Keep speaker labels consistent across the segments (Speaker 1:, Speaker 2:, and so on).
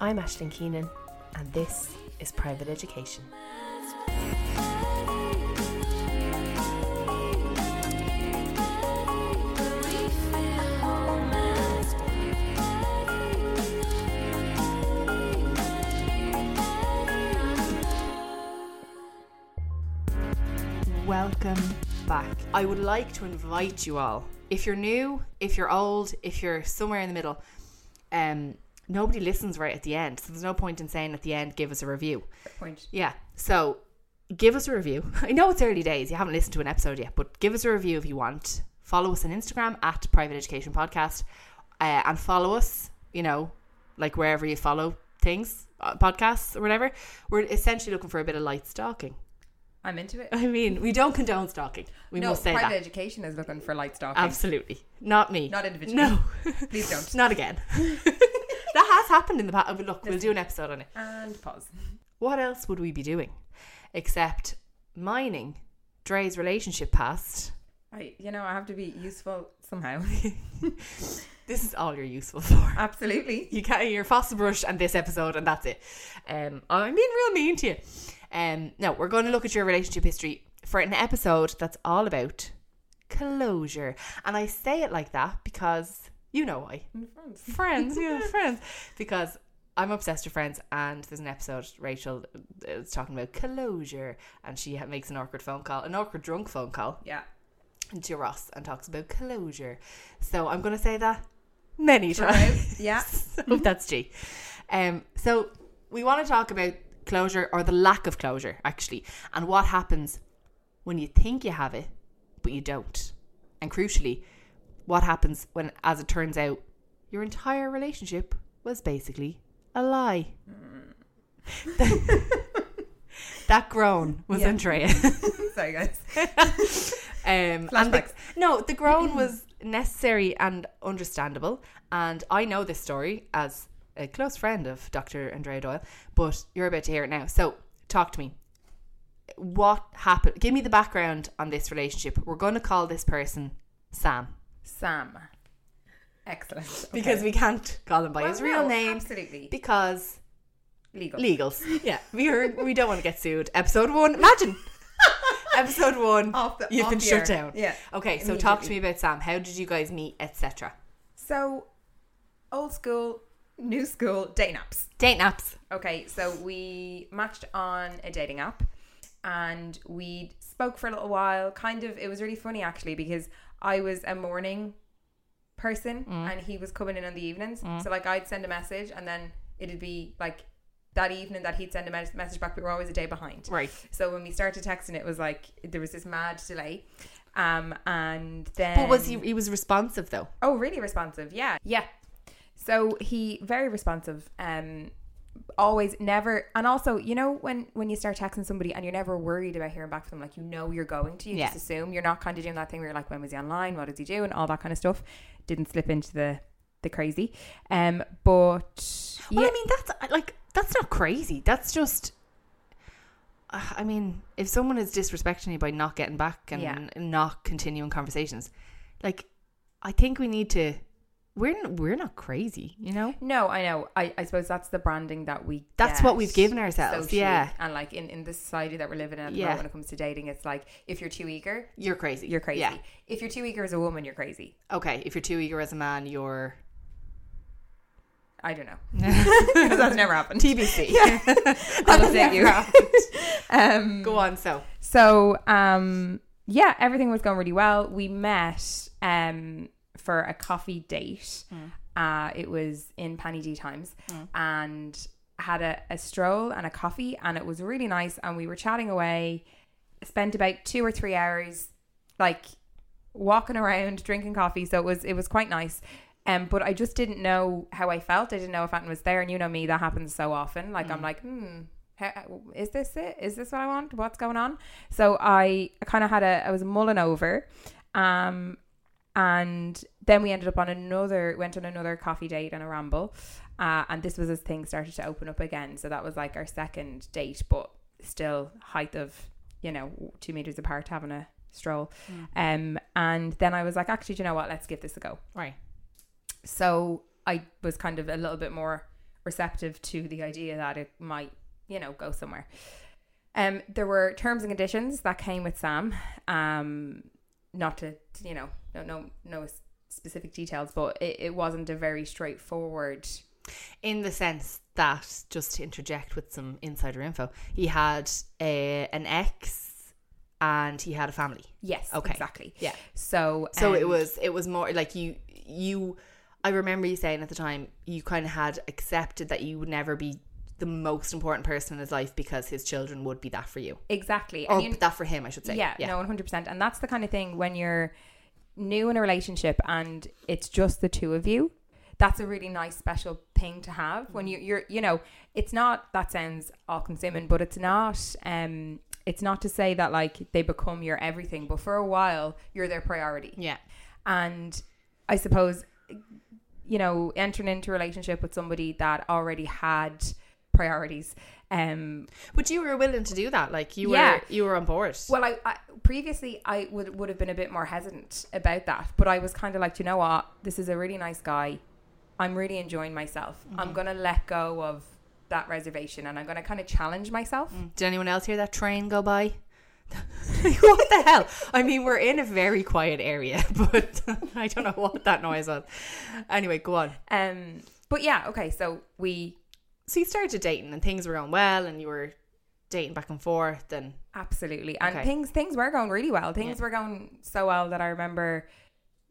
Speaker 1: I'm Ashlyn Keenan, and this is Private Education.
Speaker 2: Welcome back.
Speaker 1: I would like to invite you all, if you're new, if you're old, if you're somewhere in the middle, um, nobody listens right at the end. So there's no point in saying at the end, give us a review.
Speaker 2: Point.
Speaker 1: Yeah. So give us a review. I know it's early days. You haven't listened to an episode yet, but give us a review if you want. Follow us on Instagram at Private Education Podcast uh, and follow us, you know, like wherever you follow things, uh, podcasts or whatever. We're essentially looking for a bit of light stalking.
Speaker 2: I'm into it.
Speaker 1: I mean, we don't condone stalking. We
Speaker 2: no,
Speaker 1: must say
Speaker 2: private
Speaker 1: that.
Speaker 2: education is looking for light stalking.
Speaker 1: Absolutely. Not me.
Speaker 2: Not individually.
Speaker 1: No.
Speaker 2: Please don't.
Speaker 1: Not again. that has happened in the past. Oh, Look, we'll do an episode on it.
Speaker 2: And pause.
Speaker 1: What else would we be doing except mining Dre's relationship past?
Speaker 2: I, you know, I have to be useful somehow.
Speaker 1: This is all you're useful for.
Speaker 2: Absolutely.
Speaker 1: You get your fossil brush and this episode, and that's it. Um, I'm being real mean to you. Um, no, we're going to look at your relationship history for an episode that's all about closure. And I say it like that because you know why. friends, yeah, friends. Because I'm obsessed with friends, and there's an episode Rachel is talking about closure, and she ha- makes an awkward phone call, an awkward drunk phone call
Speaker 2: Yeah.
Speaker 1: to Ross, and talks about closure. So I'm gonna say that many
Speaker 2: Right.
Speaker 1: times.
Speaker 2: Yeah.
Speaker 1: so that's G. Um, so we want to talk about closure or the lack of closure, actually, and what happens when you think you have it but you don't, and crucially, what happens when, as it turns out, your entire relationship was basically a lie.
Speaker 2: Mm.
Speaker 1: that groan was
Speaker 2: Yeah.
Speaker 1: Andrea.
Speaker 2: Sorry, guys.
Speaker 1: Um, and the,
Speaker 2: Flashbacks.
Speaker 1: no, the groan was necessary and understandable. And I know this story as a close friend of Dr. Andrea Doyle, but you're about to hear it now. So talk to me. What happened? Give me the background on this relationship. We're going to call this person Sam
Speaker 2: Sam. Excellent. Okay.
Speaker 1: because we can't call him by
Speaker 2: Well,
Speaker 1: his real
Speaker 2: no,
Speaker 1: name.
Speaker 2: Absolutely.
Speaker 1: Because
Speaker 2: Legal.
Speaker 1: legals. Yeah, we are, we don't want to get sued. Episode one. Imagine. Episode one.
Speaker 2: Off the-
Speaker 1: you've
Speaker 2: off
Speaker 1: been
Speaker 2: the
Speaker 1: shut
Speaker 2: air.
Speaker 1: down.
Speaker 2: Yeah,
Speaker 1: Okay, so talk to me
Speaker 2: immediately.
Speaker 1: about Sam. How did you guys meet, etc.
Speaker 2: So, old school, new school, dating apps.
Speaker 1: Date naps.
Speaker 2: Okay, so we matched on a dating app and we spoke for a little while. Kind of, it was really funny actually because I was a morning person
Speaker 1: Mm.
Speaker 2: and he was coming in on the evenings. So, like, I'd send a message and then it'd be like that evening that he'd send a mes- message back. We were always a day behind.
Speaker 1: Right.
Speaker 2: So, when we started texting, it was like there was this mad delay. Um, and then.
Speaker 1: But was he? He was responsive though.
Speaker 2: Oh, really responsive. Yeah. Yeah. So he very responsive. Um always never and also you know when when you start texting somebody and you're never worried about hearing back from them like you know you're going to you
Speaker 1: Yeah.
Speaker 2: just assume you're not kind of doing that thing where you're like when was he online what does he do and all that kind of stuff didn't slip into the the crazy um but
Speaker 1: Well, I mean, that's like that's not crazy. That's just. Uh, I mean, if someone is disrespecting you by not getting back and
Speaker 2: Yeah.
Speaker 1: not continuing conversations, like, I think we need to. We're n- we're not crazy, you know.
Speaker 2: No, I know. I, I suppose that's the branding that we.
Speaker 1: That's
Speaker 2: get
Speaker 1: what we've given ourselves,
Speaker 2: socially.
Speaker 1: yeah.
Speaker 2: and like in in the society that we're living in, at the
Speaker 1: Yeah.
Speaker 2: moment when it comes to dating, it's like if you're too eager,
Speaker 1: You're crazy.
Speaker 2: you're crazy.
Speaker 1: Yeah.
Speaker 2: If you're too eager as a woman, you're crazy.
Speaker 1: Okay. If you're too eager as a man, you're
Speaker 2: I don't know 'Cause that's never happened.
Speaker 1: TBC.
Speaker 2: I'll update you. um,
Speaker 1: Go on. So
Speaker 2: So um yeah, everything was going really well. We met um for a coffee date. Uh it was in Panny D times and had a, a stroll and a coffee and it was really nice and we were chatting away, spent about two or three hours like walking around drinking coffee, so it was it was quite nice. Um, but I just didn't know how I felt. I didn't know if Anton was there, and you know me, that happens so often. Like I'm like, hmm, how, is this it? Is this what I want? What's going on? So I, I kind of had a I was mulling over, um, and then we ended up on another went on another coffee date and a ramble, uh, and this was as things started to open up again. So that was like our second date, but still height of you know two meters apart having a stroll. Um, and then I was like, actually, do you know what? Let's give this a go
Speaker 1: Right.
Speaker 2: so I was kind of a little bit more receptive to the idea that it might, you know, go somewhere. Um, there were terms and conditions that came with Sam. Um, not to, to, you know, no, no, no s- specific details, but it, it wasn't a very straightforward.
Speaker 1: in the sense that just to interject with some insider info he had a, an ex and he had a family
Speaker 2: Yes,
Speaker 1: Okay.
Speaker 2: exactly.
Speaker 1: Yeah.
Speaker 2: So,
Speaker 1: so it
Speaker 2: um,
Speaker 1: was it was more like you you i remember you saying at the time you kind of had accepted that you would never be the most important person in his life because his children would be that for you
Speaker 2: exactly.
Speaker 1: or
Speaker 2: you-
Speaker 1: that for him i should say
Speaker 2: Yeah, no, one hundred percent. And that's the kind of thing when you're new in a relationship and it's just the two of you. That's a really nice special thing to have when you, you're you know it's not that sounds all consuming, but it's not um it's not to say that like they become your everything, but for a while you're their priority.
Speaker 1: yeah
Speaker 2: And I suppose you know entering into a relationship with somebody that already had priorities um
Speaker 1: but you were willing to do that like you
Speaker 2: Yeah.
Speaker 1: were you were on board
Speaker 2: Well, I, I previously I would would have been a bit more hesitant about that, but I was kind of like, you know what, this is a really nice guy. I'm really enjoying myself.
Speaker 1: Mm-hmm.
Speaker 2: I'm gonna let go of that reservation, and I'm gonna kind of challenge myself.
Speaker 1: Did anyone else hear that train go by? what the hell? I mean, we're in a very quiet area, but I don't know what that noise was. Anyway, go on.
Speaker 2: Um, but yeah, okay. So we
Speaker 1: So you started dating and things were going well and you were dating back and forth and
Speaker 2: absolutely and
Speaker 1: Okay.
Speaker 2: things things were going really well. Things
Speaker 1: Yeah.
Speaker 2: were going so well that I remember,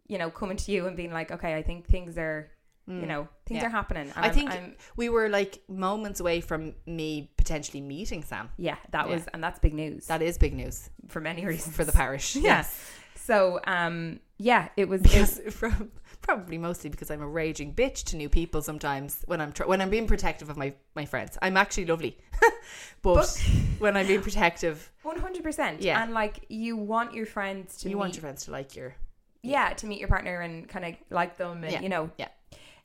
Speaker 2: you know, coming to you and being like, okay, I think things are, you know, things
Speaker 1: Mm. Yeah.
Speaker 2: are happening. And
Speaker 1: I
Speaker 2: I'm-
Speaker 1: think
Speaker 2: I'm-
Speaker 1: we were like moments away from me potentially meeting Sam.
Speaker 2: yeah, that
Speaker 1: Yeah.
Speaker 2: was and that's big news
Speaker 1: That is big news
Speaker 2: for many reasons
Speaker 1: for the parish.
Speaker 2: Yes. So um yeah, it was it,
Speaker 1: Because from, probably mostly because I'm a raging bitch to new people sometimes when I'm tr- when I'm being protective of my, my friends. I'm actually lovely, but, when I'm being protective,
Speaker 2: 100%.
Speaker 1: Yeah.
Speaker 2: And like you want your friends
Speaker 1: you
Speaker 2: to meet,
Speaker 1: want your friends to like your
Speaker 2: yeah, to meet your partner and kind of like them and
Speaker 1: Yeah.
Speaker 2: you know
Speaker 1: yeah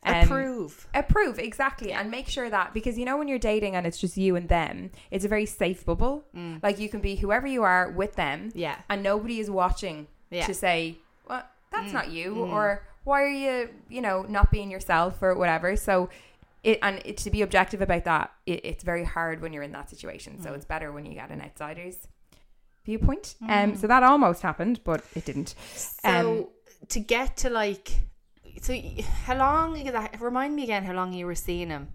Speaker 2: um,
Speaker 1: approve.
Speaker 2: approve exactly and make sure that because you know when you're dating and it's just you and them it's a very safe bubble like you can be whoever you are with them
Speaker 1: Mm. Yeah.
Speaker 2: and nobody is watching
Speaker 1: Yeah. Mm.
Speaker 2: to say well that's not you or why are you you know not being yourself or whatever so it and it, to be objective about that it, it's very hard when you're in that situation
Speaker 1: Mm.
Speaker 2: so it's better when you get an outsider's viewpoint um so that almost happened but it didn't
Speaker 1: Mm.
Speaker 2: Um,
Speaker 1: So to get to like, so y- how long? exact- Remind me again how long you were seeing him.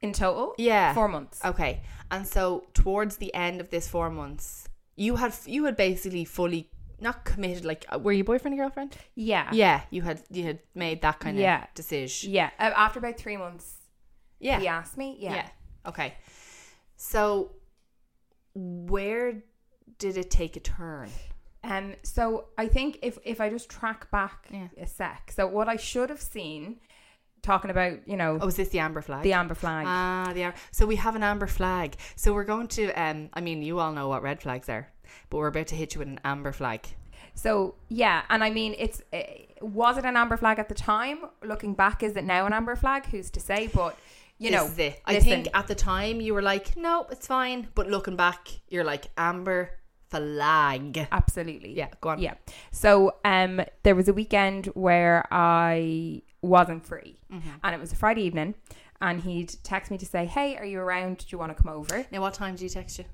Speaker 2: in total
Speaker 1: Yeah. Oh,
Speaker 2: four months
Speaker 1: Okay, and so towards the end of this four months, you had you had basically fully not committed. Like, uh, were you boyfriend and girlfriend?
Speaker 2: yeah
Speaker 1: Yeah, you had you had made that kind
Speaker 2: Yeah.
Speaker 1: of decision.
Speaker 2: yeah Uh, after about three months
Speaker 1: Yeah,
Speaker 2: he asked me yeah,
Speaker 1: yeah. Okay, so where did it take a turn?
Speaker 2: Um, so I think if if I just track back
Speaker 1: Yeah.
Speaker 2: a sec, so what I should have seen, talking about you know
Speaker 1: Oh, is this the amber flag?
Speaker 2: the amber flag,
Speaker 1: Ah, they are. So we have an amber flag. So we're going to. Um, I mean, you all know what red flags are, but we're about to hit you with an amber flag.
Speaker 2: so yeah, and I mean it's uh, was it an amber flag at the time? Looking back, is it now an amber flag? Who's to say? But you
Speaker 1: This
Speaker 2: know,
Speaker 1: is it. I
Speaker 2: listen,
Speaker 1: think at the time you were like, no, it's fine. But looking back, you're like amber flag.
Speaker 2: Uh, absolutely,
Speaker 1: Yeah, go on.
Speaker 2: yeah. So um, there was a weekend where I wasn't free,
Speaker 1: Mm-hmm.
Speaker 2: and it was a Friday evening, and he'd text me to say, "Hey, are you around? Do you want to come over?"
Speaker 1: Now, what time did you text you?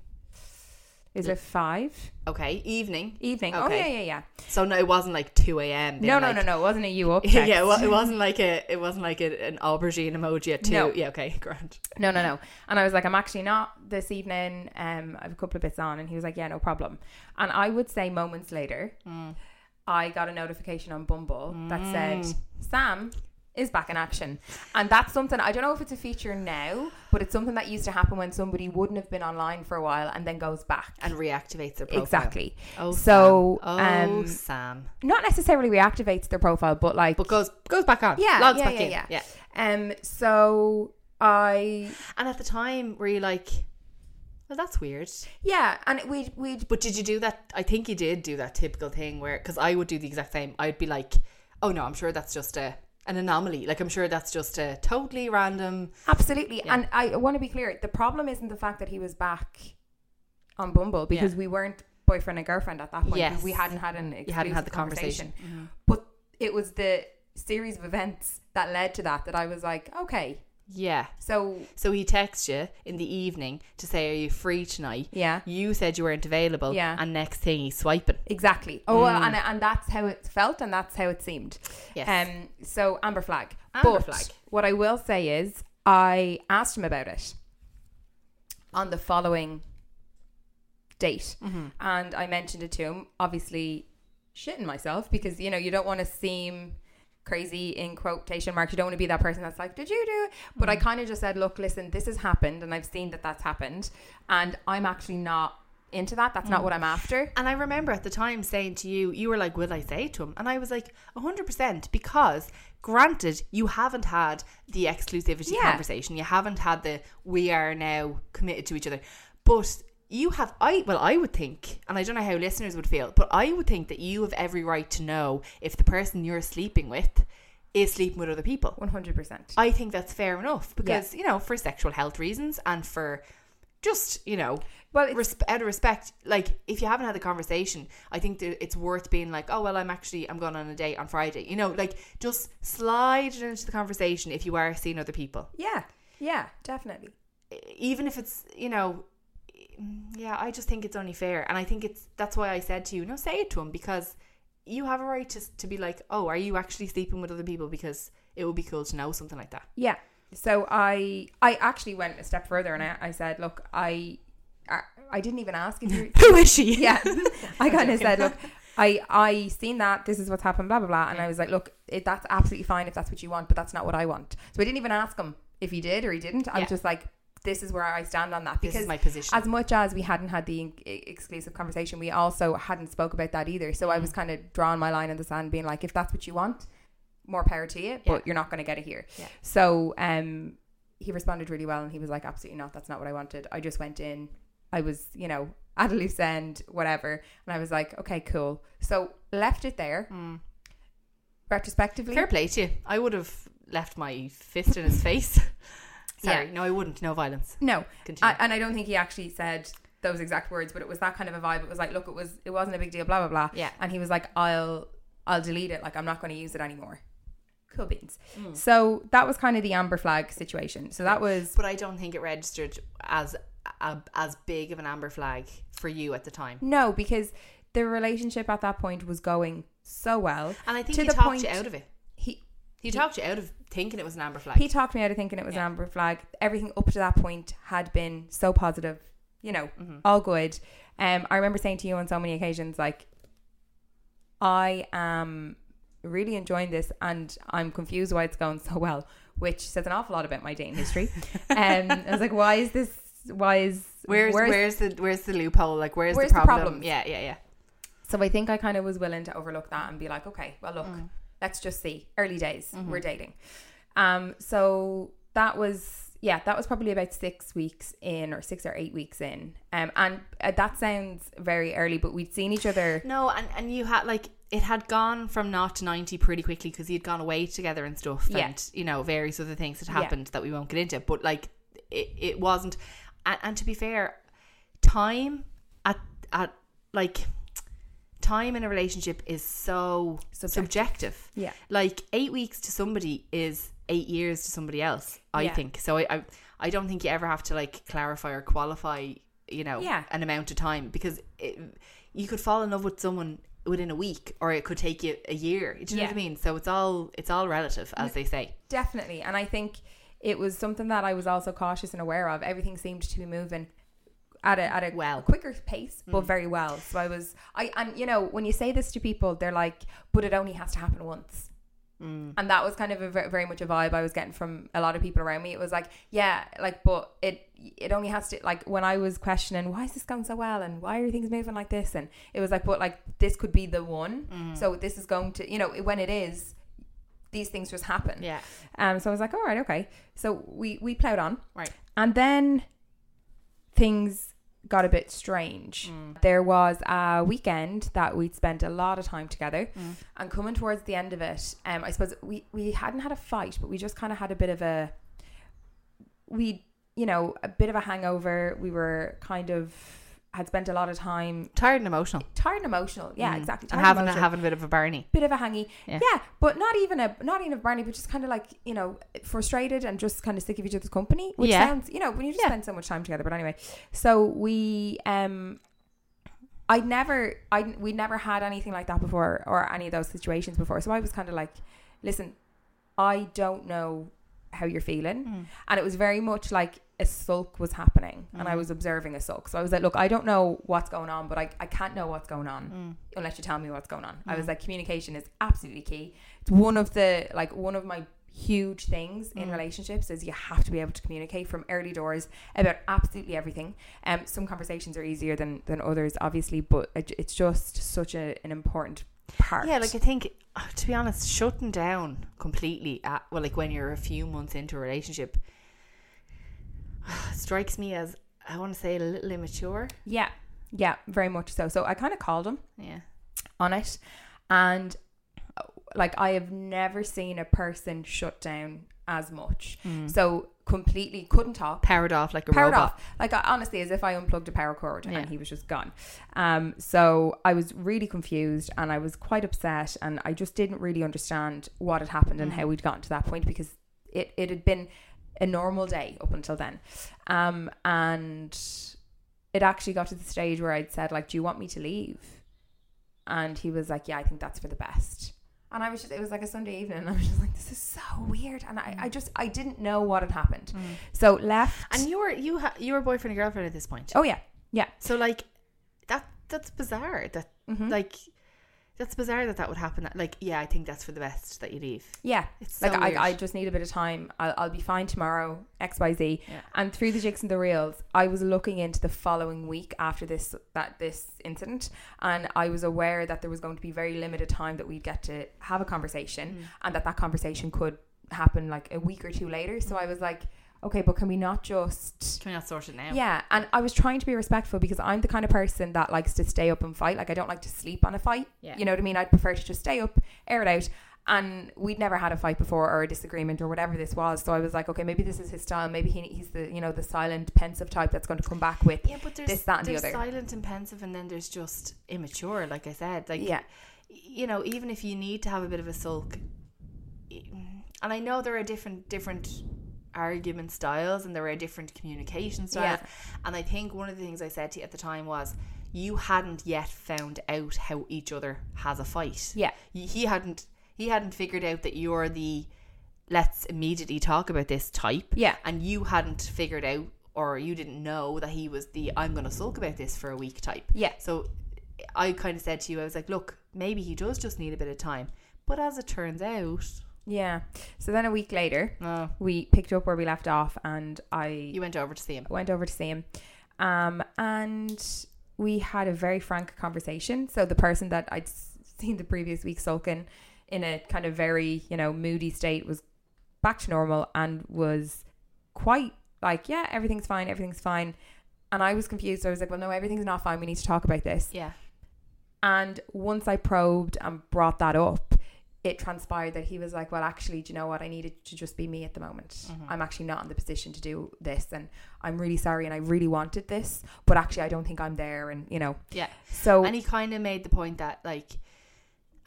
Speaker 2: Is it five
Speaker 1: Okay, evening.
Speaker 2: evening? Oh yeah,
Speaker 1: Okay.
Speaker 2: yeah, yeah.
Speaker 1: So no, it wasn't like two a.m. They
Speaker 2: No,
Speaker 1: were
Speaker 2: no,
Speaker 1: like-
Speaker 2: no, no. It wasn't a you up. text.
Speaker 1: yeah, well, it wasn't like a. It wasn't like a, an aubergine emoji at two.
Speaker 2: No.
Speaker 1: Yeah, okay, grand.
Speaker 2: No, no, no. And I was like, I'm actually not this evening. Um, I have a couple of bits on. And he was like, Yeah, no problem. And I would say
Speaker 1: Mm.
Speaker 2: moments later, I got a notification on Bumble that said, Sam is back in action. And that's something, I don't know if it's a feature now, but it's something that used to happen when somebody wouldn't have been online for a while and then goes back.
Speaker 1: and reactivates their profile.
Speaker 2: exactly.
Speaker 1: Oh,
Speaker 2: so,
Speaker 1: Sam. oh
Speaker 2: um,
Speaker 1: Sam,
Speaker 2: not necessarily reactivates their profile, but like.
Speaker 1: but goes goes back on.
Speaker 2: yeah,
Speaker 1: logs
Speaker 2: yeah,
Speaker 1: back
Speaker 2: yeah,
Speaker 1: in.
Speaker 2: yeah. Um, so I,
Speaker 1: And at the time, were you like, "Well, that's weird."
Speaker 2: yeah, and we, we,
Speaker 1: But did you do that? I think you did do that typical thing where, because I would do the exact same. I'd be like, "Oh no, I'm sure that's just a an anomaly. Like I'm sure that's just a totally random."
Speaker 2: Absolutely. And I want to be clear the problem isn't the fact that he was back on Bumble because we weren't boyfriend and girlfriend at that point.
Speaker 1: Yes.
Speaker 2: We hadn't had an exclusive
Speaker 1: hadn't had the Mm-hmm.
Speaker 2: conversation. But it was the series of events that led to that that I was like, okay.
Speaker 1: Yeah.
Speaker 2: So
Speaker 1: So he texts you in the evening to say, "Are you free tonight?"
Speaker 2: Yeah.
Speaker 1: You said you weren't available.
Speaker 2: Yeah.
Speaker 1: And next thing he's swiping.
Speaker 2: exactly. Oh, well, and and that's how it felt and that's how it seemed.
Speaker 1: Mm. Yes.
Speaker 2: Um so amber flag.
Speaker 1: Amber
Speaker 2: but
Speaker 1: flag.
Speaker 2: what I will say is I asked him about it on the following date
Speaker 1: Mm-hmm.
Speaker 2: and I mentioned it to him, obviously shitting myself because you know you don't want to seem crazy in quotation marks. You don't want to be that person that's like, "Did you do?" it?" But
Speaker 1: Mm.
Speaker 2: I kind of just said, "Look, listen, this has happened, and I've seen that that's happened, and I'm actually not into that. That's
Speaker 1: Mm.
Speaker 2: not what I'm after."
Speaker 1: And I remember at the time saying to you, you were like, Will I say it to him? And I was like, 100%, because granted, you haven't had the exclusivity
Speaker 2: Yeah.
Speaker 1: conversation. You haven't had the we are now committed to each other. But you have, I well, I would think, and I don't know how listeners would feel, but I would think that you have every right to know if the person you're sleeping with is sleeping with other people.
Speaker 2: One hundred percent.
Speaker 1: I think that's fair enough because, you know, for sexual health reasons and for just, you know,
Speaker 2: Well, it's-
Speaker 1: resp- out of respect, like if you haven't had the conversation, I think that it's worth being like, oh, well, I'm actually, I'm going on a date on Friday. You know, like just slide it into the conversation if you are seeing other people. E-,
Speaker 2: Yeah, yeah, definitely.
Speaker 1: Even if it's, you know, e-, yeah, I just think it's only fair. And I think it's, that's why I said to you, no, say it to him because you have a right to, to be like, oh, are you actually sleeping with other people? Because it would be cool to know something like that.
Speaker 2: Yeah. So I I actually went a step further and I, I said, look, I, I I didn't even ask if you
Speaker 1: Who is she?
Speaker 2: yeah. I kind of said, look, I I seen that. This is what's happened. Blah blah blah. And I was like, look, it, that's absolutely fine if that's what you want, but that's not what I want. So I didn't even ask him if he did or he didn't. I
Speaker 1: Yeah.
Speaker 2: was just like, this is where I stand on that
Speaker 1: This
Speaker 2: because
Speaker 1: is my position.
Speaker 2: As much as we hadn't had the in- e- exclusive conversation, we also hadn't spoke about that either. So I
Speaker 1: Mm.
Speaker 2: was kind of drawing my line in the sand, being like, if that's what you want, more power to you. But you're not going to get it here.
Speaker 1: Yeah.
Speaker 2: So um, he responded really well and he was like, absolutely not. That's not what I wanted. I just went in. I was, you know, at a loose end, whatever. And I was like, okay, cool. So left it there. Retrospectively.
Speaker 1: Mm. Fair play to you. I would have left my fist in his face. Sorry,
Speaker 2: Yeah.
Speaker 1: no, I wouldn't. No violence.
Speaker 2: No.
Speaker 1: Continue.
Speaker 2: I, and I don't think he actually said those exact words, but it was that kind of a vibe. It was like, look, it was it wasn't a big deal, blah blah blah.
Speaker 1: Yeah.
Speaker 2: And he was like, I'll I'll delete it. Like I'm not going to use it anymore. Cool beans.
Speaker 1: Mm.
Speaker 2: So that was kind of the amber flag situation. So that was
Speaker 1: But I don't think it registered as a, as big of an amber flag for you at the time.
Speaker 2: no because the relationship at that point was going so well,
Speaker 1: And I think he talked you out of it.
Speaker 2: He
Speaker 1: He, talked you out of thinking it was an amber flag.
Speaker 2: he talked me out of thinking it was an amber flag. Everything up to that point had been so positive, you know, all good. Um, I remember saying to you on so many occasions, like, I am really enjoying this, and I'm confused why it's going so well, which says an awful lot about my dating history. um, I was like, why is this? Why is
Speaker 1: where's, where's the where's the loophole? Like where's,
Speaker 2: Where's
Speaker 1: the
Speaker 2: the
Speaker 1: problem?
Speaker 2: problems?
Speaker 1: Yeah, yeah, yeah.
Speaker 2: So I think I kind of was willing to overlook that and be like, okay, well, look, let's just see. Early days, we're dating. Um, so that was yeah, that was probably about six weeks in, or six or eight weeks in. Um, and uh, that sounds very early, but we'd seen each other.
Speaker 1: No, and and you had like it had gone from naught to ninety pretty quickly because he'd gone away together and stuff,
Speaker 2: Yeah.
Speaker 1: and you know various other things had
Speaker 2: Yeah.
Speaker 1: happened that we won't get into. But like it, it wasn't, and, and to be fair, time at at like time in a relationship is so subjective.
Speaker 2: Subjective. Yeah.
Speaker 1: like eight weeks to somebody is eight years to somebody else. I
Speaker 2: Yeah.
Speaker 1: think so. I, I I don't think you ever have to like clarify or qualify. You know,
Speaker 2: Yeah.
Speaker 1: an amount of time because it, you could fall in love with someone within a week or it could take you a year do you know what i
Speaker 2: Yeah.
Speaker 1: mean so it's all it's all relative as they say
Speaker 2: Definitely. And I think it was something that I was also cautious and aware of. Everything seemed to be moving at a at a
Speaker 1: Well.
Speaker 2: quicker pace, but very well. So I was I and you know, when you say this to people, they're like, But it only has to happen once. And that was kind of a very, very much a vibe I was getting from a lot of people around me. It was like, yeah, like, but it it only has to like when I was questioning why is this going so well and why are things moving like this, and it was like, but like this could be the one. So this is going to, you know, when it is, these things just happen.
Speaker 1: Yeah.
Speaker 2: Um. So I was like, all right, okay. So we we plowed on.
Speaker 1: Right.
Speaker 2: And then things got a bit strange.
Speaker 1: Mm.
Speaker 2: There was a weekend that we'd spent a lot of time together,
Speaker 1: Mm.
Speaker 2: and coming towards the end of it, um, I suppose we we hadn't had a fight, but we just kind of had a bit of a we you know a bit of a hangover. We were kind of had spent a lot of time
Speaker 1: Tired and emotional.
Speaker 2: tired and emotional. Yeah, exactly.
Speaker 1: Mm. And
Speaker 2: Tired
Speaker 1: having, a,
Speaker 2: emotional
Speaker 1: having a bit of a Barney.
Speaker 2: bit of a hangy.
Speaker 1: Yeah.
Speaker 2: Yeah. but not even a not even a Barney, but just kind of like you know frustrated and just kind of sick of each other's company. Which
Speaker 1: Yeah.
Speaker 2: sounds you know when you just
Speaker 1: Yeah.
Speaker 2: spend so much time together. But anyway, so we um. I'd never, I we'd never had anything like that before, or any of those situations before. So I was kind of like, "Listen, I don't know how you're
Speaker 1: Mm.
Speaker 2: feeling," and it was very much like a sulk was happening, and
Speaker 1: Mm.
Speaker 2: I was observing a sulk. So I was like, "Look, I don't know what's going on, but I, I can't know what's going on
Speaker 1: Mm.
Speaker 2: unless you tell me what's going on. I was like, communication is absolutely key. It's one of the like one of my huge things
Speaker 1: Mm.
Speaker 2: in relationships is you have to be able to communicate from early doors about absolutely everything. Um, some conversations are easier than than others, obviously, but it, it's just such a, an important part.
Speaker 1: Yeah, like I think, uh, to be honest, shutting down completely, at, well, like when you're a few months into a relationship, strikes me as, I want to say, a little immature.
Speaker 2: yeah, yeah, very much so. So I kind of called him.
Speaker 1: Yeah.
Speaker 2: on it and uh, like i have never seen a person shut down as much so completely couldn't talk
Speaker 1: Powered off like a
Speaker 2: powered
Speaker 1: robot.
Speaker 2: off like I, honestly as if i unplugged a power cord
Speaker 1: Yeah.
Speaker 2: and he was just gone um so i was really confused and i was quite upset and i just didn't really understand what had happened
Speaker 1: Mm.
Speaker 2: and how we'd gotten to that point because it, it had been a normal day up until then um and it actually got to the stage where i'd said like do you want me to leave and he was like, "Yeah, I think that's for the best." And I was just, it was like a Sunday evening, and I was just like, "This is so weird," and I, I just, I didn't know what had happened, so left.
Speaker 1: Mm. And you were you ha- you were boyfriend and girlfriend at this point.
Speaker 2: oh yeah, yeah,
Speaker 1: So like that that's bizarre. That
Speaker 2: Mhm.
Speaker 1: like that's bizarre that that would happen. That like yeah, I think that's for the best that you leave.
Speaker 2: yeah.
Speaker 1: It's
Speaker 2: like
Speaker 1: so weird.
Speaker 2: I, I just need a bit of time. I'll, I'll be fine tomorrow. X, Y, Z.
Speaker 1: Yeah.
Speaker 2: And through the jigs and the reels, I was looking into the following week after this that this incident, and I was aware that there was going to be very limited time that we'd get to have a conversation,
Speaker 1: Mm.
Speaker 2: and that that conversation could happen like a week or two later.
Speaker 1: Mm.
Speaker 2: So I was like, "Okay, but can we not just?"
Speaker 1: Can we not sort it now?
Speaker 2: Yeah, and I was trying to be respectful because I'm the kind of person that likes to stay up and fight. Like I don't like to sleep on a fight.
Speaker 1: Yeah.
Speaker 2: You know what I mean? I'd prefer to just stay up, air it out. And we'd never had a fight before or a disagreement or whatever this was. So I was like, okay, maybe this is his style. Maybe he, he's the you know the silent, pensive type that's going to come back with
Speaker 1: Yeah, but there's
Speaker 2: this, that, and the
Speaker 1: there's
Speaker 2: other.
Speaker 1: silent and pensive, and then there's just immature. Like I said, like
Speaker 2: Yeah.
Speaker 1: you know, even if you need to have a bit of a sulk, and I know there are different different argument styles and there are different communication styles,
Speaker 2: Yeah.
Speaker 1: and I think one of the things I said to you at the time was. You hadn't yet found out how each other has a fight.
Speaker 2: Yeah.
Speaker 1: Y- he hadn't he hadn't figured out that you're the let's immediately talk about this type.
Speaker 2: Yeah.
Speaker 1: And you hadn't figured out or you didn't know that he was the I'm going to sulk about this for a week type.
Speaker 2: Yeah.
Speaker 1: So I kind of said to you, I was like, look, maybe he does just need a bit of time. But as it turns out,
Speaker 2: yeah. So then a week later,
Speaker 1: no,
Speaker 2: we picked up where we left off, and I
Speaker 1: you went over to see him.
Speaker 2: went over to see him um, and we had a very frank conversation so the person that i'd s- seen the previous week sulking in a kind of very you know moody state was back to normal and was quite like yeah everything's fine everything's fine and i was confused i was like well no everything's not fine we need to talk about this
Speaker 1: Yeah.
Speaker 2: and once I probed and brought that up, it transpired that he was like, Well, actually, do you know what? I needed to just be me at the moment.
Speaker 1: Mm-hmm.
Speaker 2: I'm actually not in the position to do this. And I'm really sorry. And I really wanted this. But actually, I don't think I'm there. And, you know,
Speaker 1: Yeah.
Speaker 2: so
Speaker 1: And he kind of made the point that, like,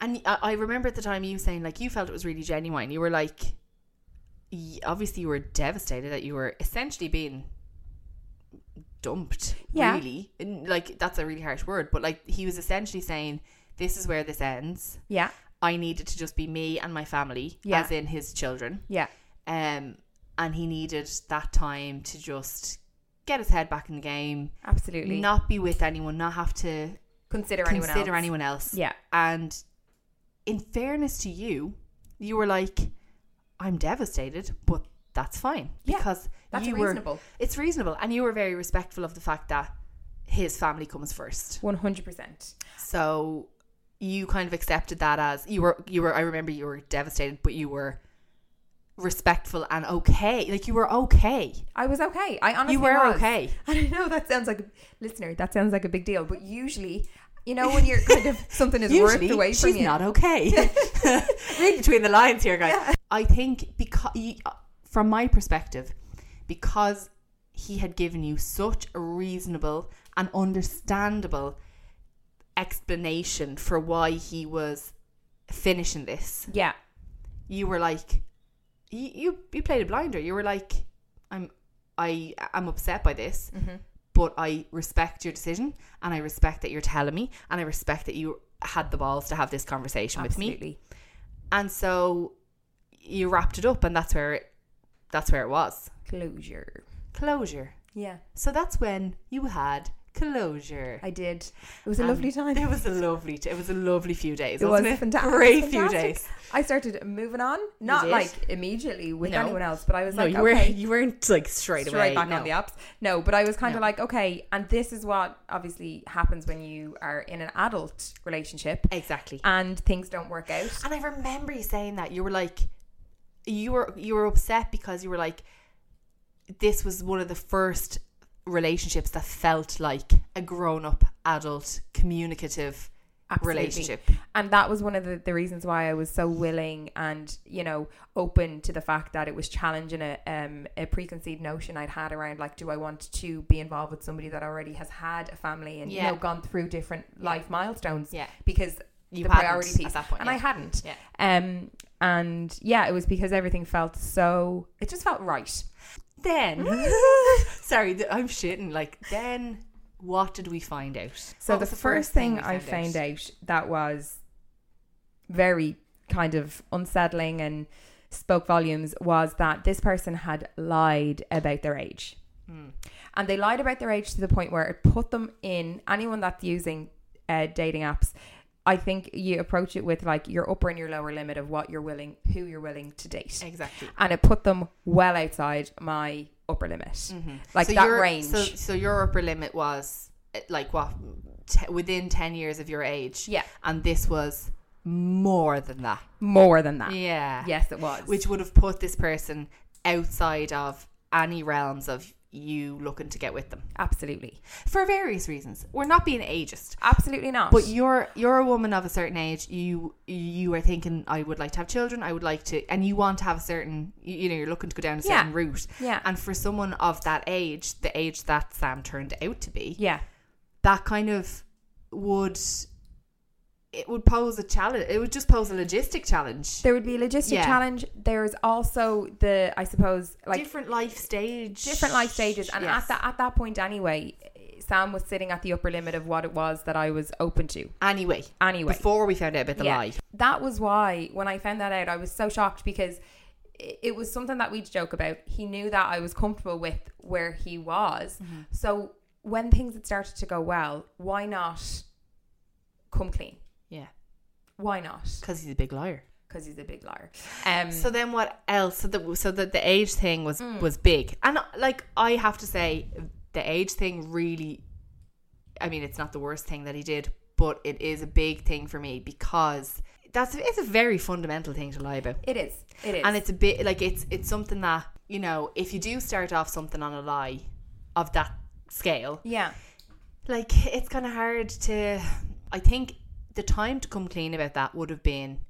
Speaker 1: and I, I remember at the time you saying, like, you felt it was really genuine. You were like, y- obviously, you were devastated that you were essentially being dumped,
Speaker 2: Yeah.
Speaker 1: really. And, like, that's a really harsh word, but, like, he was essentially saying, this is where this ends.
Speaker 2: yeah,
Speaker 1: I needed to just be me and my family,
Speaker 2: Yeah.
Speaker 1: as in his children.
Speaker 2: yeah,
Speaker 1: Um, and he needed that time to just get his head back in the game,
Speaker 2: absolutely.
Speaker 1: not be with anyone, not have to
Speaker 2: consider,
Speaker 1: consider
Speaker 2: anyone else.
Speaker 1: anyone else.
Speaker 2: Yeah.
Speaker 1: And in fairness to you, you were like, I'm devastated, but that's fine
Speaker 2: Yeah,
Speaker 1: because
Speaker 2: that's
Speaker 1: you were-
Speaker 2: reasonable.
Speaker 1: it's reasonable, and you were very respectful of the fact that his family comes first.
Speaker 2: One hundred percent.
Speaker 1: So you kind of accepted that as you were you were I remember you were devastated, but you were respectful and okay. Like you were okay.
Speaker 2: I was okay. I honestly
Speaker 1: You were
Speaker 2: was.
Speaker 1: okay.
Speaker 2: I don't know. That sounds like listener. That sounds like a big deal. But usually, you know, when you're kind of something is
Speaker 1: Usually,
Speaker 2: worked away from
Speaker 1: she's
Speaker 2: you.
Speaker 1: not okay. Read between the lines here, guys. I think because from my perspective, because he had given you such a reasonable and understandable explanation for why he was finishing this
Speaker 2: yeah.
Speaker 1: you were like you you, you played a blinder you were like i'm i i'm upset by this
Speaker 2: Mm-hmm.
Speaker 1: but i respect your decision and i respect that you're telling me and i respect that you had the balls to have this conversation with me
Speaker 2: Absolutely.
Speaker 1: and so you wrapped it up and that's where it that's where it was
Speaker 2: Closure.
Speaker 1: closure
Speaker 2: Yeah.
Speaker 1: so that's when you had closure
Speaker 2: I did. It was a lovely time.
Speaker 1: it was a lovely t- it was a lovely few days
Speaker 2: It was
Speaker 1: wasn't it
Speaker 2: fanta- it was
Speaker 1: great few
Speaker 2: fantastic.
Speaker 1: days
Speaker 2: I started moving on, not
Speaker 1: did?
Speaker 2: like immediately with
Speaker 1: No.
Speaker 2: anyone else, but I was
Speaker 1: no
Speaker 2: like,
Speaker 1: you
Speaker 2: okay,
Speaker 1: were you weren't like straight,
Speaker 2: straight
Speaker 1: away
Speaker 2: back
Speaker 1: no.
Speaker 2: on the apps. No, but I was kind
Speaker 1: No.
Speaker 2: of like, okay, and this is what obviously happens when you are in an adult relationship
Speaker 1: exactly
Speaker 2: and things don't work out.
Speaker 1: And I remember you saying that you were like, you were you were upset because you were like, this was one of the first relationships that felt like a grown up, adult, communicative
Speaker 2: Absolutely.
Speaker 1: relationship.
Speaker 2: And that was one of the, the reasons why I was so willing and, you know, open to the fact that it was challenging a, um, a preconceived notion I'd had around, like, do I want to be involved with somebody that already has had a family and,
Speaker 1: Yeah.
Speaker 2: you know, gone through different life milestones?
Speaker 1: Yeah.
Speaker 2: Because
Speaker 1: You
Speaker 2: the
Speaker 1: hadn't
Speaker 2: priority
Speaker 1: at
Speaker 2: piece.
Speaker 1: that point,
Speaker 2: and
Speaker 1: yeah.
Speaker 2: I hadn't.
Speaker 1: Yeah.
Speaker 2: Um, and yeah, it was because everything felt so, it just felt right.
Speaker 1: Then, sorry, th- I'm shitting. Like then, what did we find out?
Speaker 2: So
Speaker 1: What
Speaker 2: the,
Speaker 1: was
Speaker 2: first thing,
Speaker 1: we
Speaker 2: I found out. that was very kind of unsettling and spoke volumes was that this person had lied about their age.
Speaker 1: Hmm.
Speaker 2: And they lied about their age to the point where it put them in anyone that's using uh, dating apps. I think you approach it with like your upper and your lower limit of what you're willing, who you're willing to date.
Speaker 1: exactly.
Speaker 2: And it put them well outside my upper limit.
Speaker 1: Mm-hmm.
Speaker 2: Like
Speaker 1: So
Speaker 2: that
Speaker 1: your-
Speaker 2: range.
Speaker 1: So, so your upper limit was eh, like what te- within ten years of your age.
Speaker 2: Yeah.
Speaker 1: and this was more than that.
Speaker 2: more than that.
Speaker 1: Yeah.
Speaker 2: Yes, it was.
Speaker 1: Which would have put this person outside of any realms of you looking to get with them
Speaker 2: Absolutely.
Speaker 1: for various reasons. We're not being ageist.
Speaker 2: Absolutely not.
Speaker 1: But you're you're a woman of a certain age. You you are thinking I would like to have children. I would like to, and you want to have a certain. You, you know, you're looking to go down a certain
Speaker 2: Yeah.
Speaker 1: route.
Speaker 2: Yeah.
Speaker 1: And for someone of that age, the age that Sam turned out to be,
Speaker 2: yeah,
Speaker 1: that kind of would it would pose a challenge. It would just pose a logistic challenge.
Speaker 2: there would be a logistic
Speaker 1: Yeah.
Speaker 2: challenge. There's also the, I suppose, like different,
Speaker 1: different life stage,
Speaker 2: life stages, and
Speaker 1: Yes.
Speaker 2: at that at that point anyway, Sam was sitting at the upper limit of what it was that I was open to.
Speaker 1: Anyway,
Speaker 2: Anyway.
Speaker 1: before we found out about the lie,
Speaker 2: That was why when I found that out, I was so shocked because i- it was something that we'd joke about. He knew that I was comfortable with where he was. So when things had started to go well, why not come clean?
Speaker 1: yeah,
Speaker 2: Why not?
Speaker 1: because he's a big liar.
Speaker 2: Because he's a big liar. Um,
Speaker 1: So then, what else? So the so the, the age thing was
Speaker 2: Mm.
Speaker 1: was big, and like I have to say, the age thing really. I mean, it's not the worst thing that he did, but it is a big thing for me because that's it's a very fundamental thing to lie about.
Speaker 2: it is. It is.
Speaker 1: and it's a bit like it's it's something that you know if you do start off something on a lie of that scale
Speaker 2: yeah.
Speaker 1: like it's kind of hard to i think the time to come clean about that would have been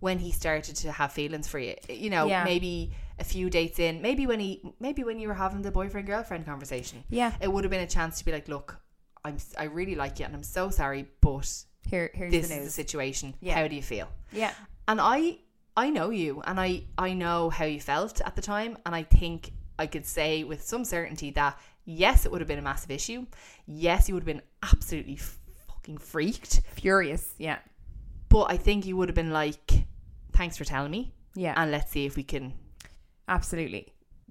Speaker 1: when he started to have feelings for you you know
Speaker 2: Yeah.
Speaker 1: maybe a few dates in maybe when he maybe when you were having the boyfriend girlfriend conversation
Speaker 2: Yeah.
Speaker 1: it would have been a chance to be like look i'm s- i really like you and i'm so sorry but
Speaker 2: Here, here's
Speaker 1: this
Speaker 2: the
Speaker 1: is the
Speaker 2: news.
Speaker 1: situation
Speaker 2: Yeah.
Speaker 1: how do you feel
Speaker 2: yeah,
Speaker 1: and I I know you and I I know how you felt at the time and I think I could say with some certainty that yes it would have been a massive issue yes you would have been absolutely fucking freaked
Speaker 2: furious. Yeah,
Speaker 1: but I think you would have been like thanks for telling me
Speaker 2: yeah,
Speaker 1: and let's see if we can
Speaker 2: absolutely.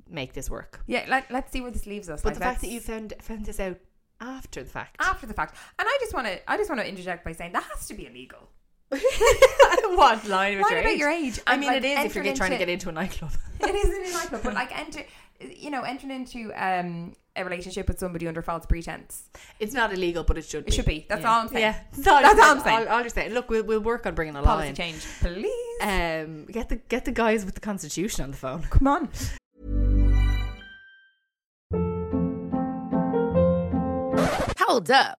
Speaker 1: make this work
Speaker 2: Yeah, let, let's see where this leaves us.
Speaker 1: but
Speaker 2: Like,
Speaker 1: the fact
Speaker 2: let's-
Speaker 1: that you found found this out after the fact
Speaker 2: after the fact, and I just want to, I just want to interject by saying that has to be illegal.
Speaker 1: what? Lying about
Speaker 2: Lying
Speaker 1: your
Speaker 2: about
Speaker 1: age.
Speaker 2: your age
Speaker 1: I
Speaker 2: and,
Speaker 1: mean,
Speaker 2: like,
Speaker 1: it is if you're
Speaker 2: entering
Speaker 1: get- trying to
Speaker 2: into-
Speaker 1: get into a nightclub.
Speaker 2: it isn't a nightclub, but like enter, you know, entering into um a relationship with somebody under false pretense.
Speaker 1: It's not illegal, but it should. be.
Speaker 2: It should be. That's
Speaker 1: Yeah.
Speaker 2: all I'm saying.
Speaker 1: Yeah,
Speaker 2: that's all, I'm saying.
Speaker 1: All, all you're saying. Look, we'll, we'll work on bringing a
Speaker 2: Policy
Speaker 1: line.
Speaker 2: change, please.
Speaker 1: Um, get the get the guys with the constitution on the phone.
Speaker 2: Come on.
Speaker 3: Hold up.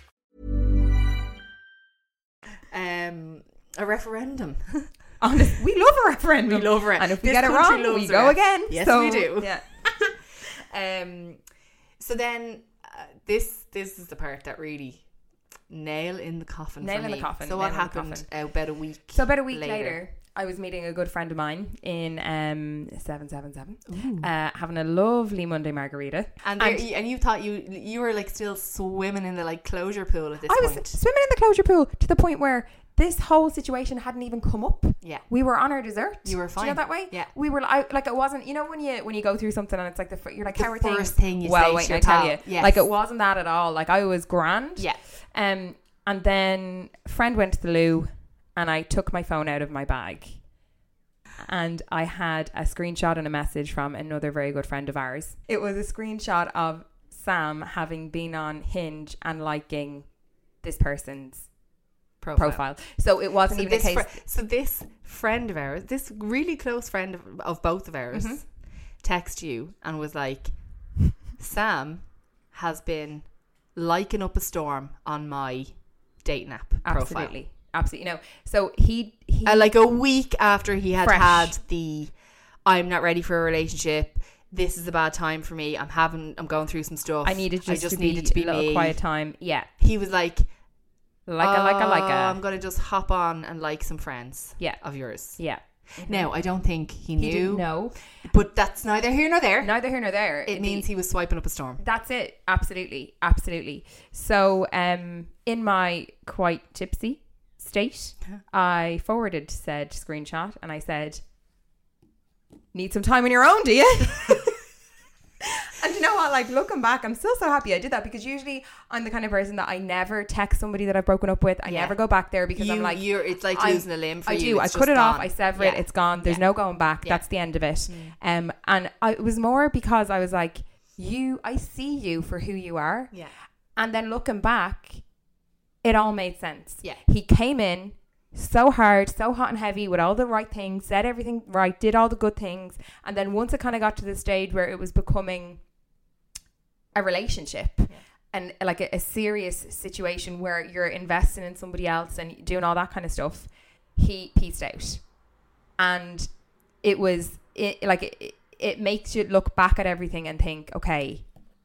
Speaker 1: Um, a referendum.
Speaker 2: Honest, we love a referendum.
Speaker 1: We love a re-
Speaker 2: And if we
Speaker 1: This
Speaker 2: get it
Speaker 1: country
Speaker 2: wrong, we
Speaker 1: loves a
Speaker 2: go
Speaker 1: ref.
Speaker 2: again.
Speaker 1: Yes,
Speaker 2: So,
Speaker 1: we do.
Speaker 2: Yeah.
Speaker 1: um, so then uh, this this is the part that really nail in the coffin.
Speaker 2: Nail
Speaker 1: for
Speaker 2: in the
Speaker 1: me.
Speaker 2: coffin,
Speaker 1: So what
Speaker 2: nail in the
Speaker 1: happened
Speaker 2: coffin.
Speaker 1: uh, about a week?
Speaker 2: So about a week later. I was meeting a good friend of mine in um, 777, uh, having a lovely Monday margarita.
Speaker 1: and, there, you- and you thought you you were like still swimming in the like closure pool at this
Speaker 2: I was
Speaker 1: point.
Speaker 2: swimming in the closure pool to the point where this whole situation hadn't even come up.
Speaker 1: Yeah.
Speaker 2: we were on our dessert.
Speaker 1: You were
Speaker 2: Do you
Speaker 1: fine.
Speaker 2: know that way?
Speaker 1: Yeah.
Speaker 2: we were. I, like it wasn't. You know when you when you go through something and it's like the fir- you're like
Speaker 1: The
Speaker 2: how are
Speaker 1: first thing
Speaker 2: things?
Speaker 1: you say
Speaker 2: well,
Speaker 1: to
Speaker 2: wait,
Speaker 1: your
Speaker 2: I tell
Speaker 1: pal.
Speaker 2: you,
Speaker 1: Yes.
Speaker 2: like it wasn't that at all. Like I was grand.
Speaker 1: Yeah.
Speaker 2: Um, and then friend went to the loo, and I took my phone out of my bag. And I had a screenshot and a message from another very good friend of ours. It was a screenshot of Sam having been on Hinge and liking this person's profile. So it wasn't
Speaker 1: So
Speaker 2: even a
Speaker 1: this,
Speaker 2: case.
Speaker 1: fr- so this friend of ours, this really close friend of, of both of ours,
Speaker 2: Mm-hmm.
Speaker 1: text you and was like, "Sam has been liking up a storm on my dating app profile."
Speaker 2: absolutely, absolutely. No. So he he
Speaker 1: Uh, like a week after he had
Speaker 2: Fresh.
Speaker 1: had the, I'm not ready for a relationship. This is a bad time for me. I'm having. I'm going through some stuff.
Speaker 2: I needed just,
Speaker 1: I just
Speaker 2: to
Speaker 1: needed
Speaker 2: be
Speaker 1: to be
Speaker 2: a little
Speaker 1: me.
Speaker 2: quiet time. Yeah,
Speaker 1: He was like,
Speaker 2: like a like a like
Speaker 1: "Oh, I'm
Speaker 2: a
Speaker 1: gonna just hop on and like some friends.
Speaker 2: Yeah.
Speaker 1: of yours.
Speaker 2: yeah.
Speaker 1: No, I don't think he
Speaker 2: He
Speaker 1: knew.
Speaker 2: didn't know.
Speaker 1: But that's neither here nor there.
Speaker 2: Neither here nor there.
Speaker 1: it means he was swiping up a storm.
Speaker 2: That's it. Absolutely. Absolutely. So, um, in my quite tipsy state, I forwarded said screenshot and I said, Need some time on your own, do you? and you know what? Like, looking back, I'm still so happy I did that because usually I'm the kind of person that I never text somebody that I've broken up with. I
Speaker 1: Yeah.
Speaker 2: never go back there because I'm
Speaker 1: You-
Speaker 2: like,
Speaker 1: you're- it's like
Speaker 2: I-
Speaker 1: losing a limb for
Speaker 2: I
Speaker 1: you.
Speaker 2: do. I
Speaker 1: It's
Speaker 2: cut
Speaker 1: just
Speaker 2: it off.
Speaker 1: gone.
Speaker 2: I sever it.
Speaker 1: Yeah.
Speaker 2: It's gone. There's
Speaker 1: Yeah.
Speaker 2: no going back.
Speaker 1: Yeah. Mm.
Speaker 2: That's the end of it. Um, and I, it was more because I was like, you, I see you for who you are.
Speaker 1: Yeah.
Speaker 2: And then looking back, it all made sense.
Speaker 1: Yeah.
Speaker 2: He came in so hard, so hot and heavy with all the right things, said everything right, did all the good things. And then once it kind of got to the stage where it was becoming a relationship and like a, a serious situation where you're investing in somebody else and doing all that kind of stuff, he pieced out. And it was it, like it, it makes you look back at everything and think, okay,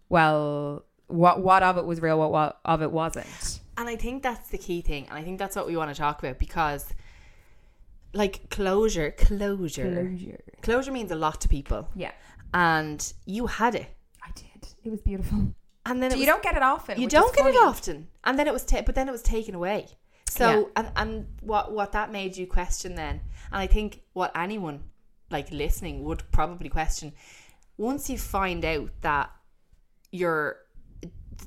Speaker 2: well, what what of it was real, what, what of it wasn't.
Speaker 1: And I think that's the key thing. And I think that's what we want to talk about because, like, closure, closure, closure, closure means a lot to people.
Speaker 2: Yeah,
Speaker 1: And you had it.
Speaker 2: I did. It was beautiful.
Speaker 1: And then
Speaker 2: So
Speaker 1: it
Speaker 2: you
Speaker 1: was-
Speaker 2: don't get it often.
Speaker 1: You
Speaker 2: which is
Speaker 1: don't get it
Speaker 2: funny.
Speaker 1: often. And then it was, ta- but then it was taken away. So and and what what that made you question then, and I think what anyone like listening would probably question, once you find out that your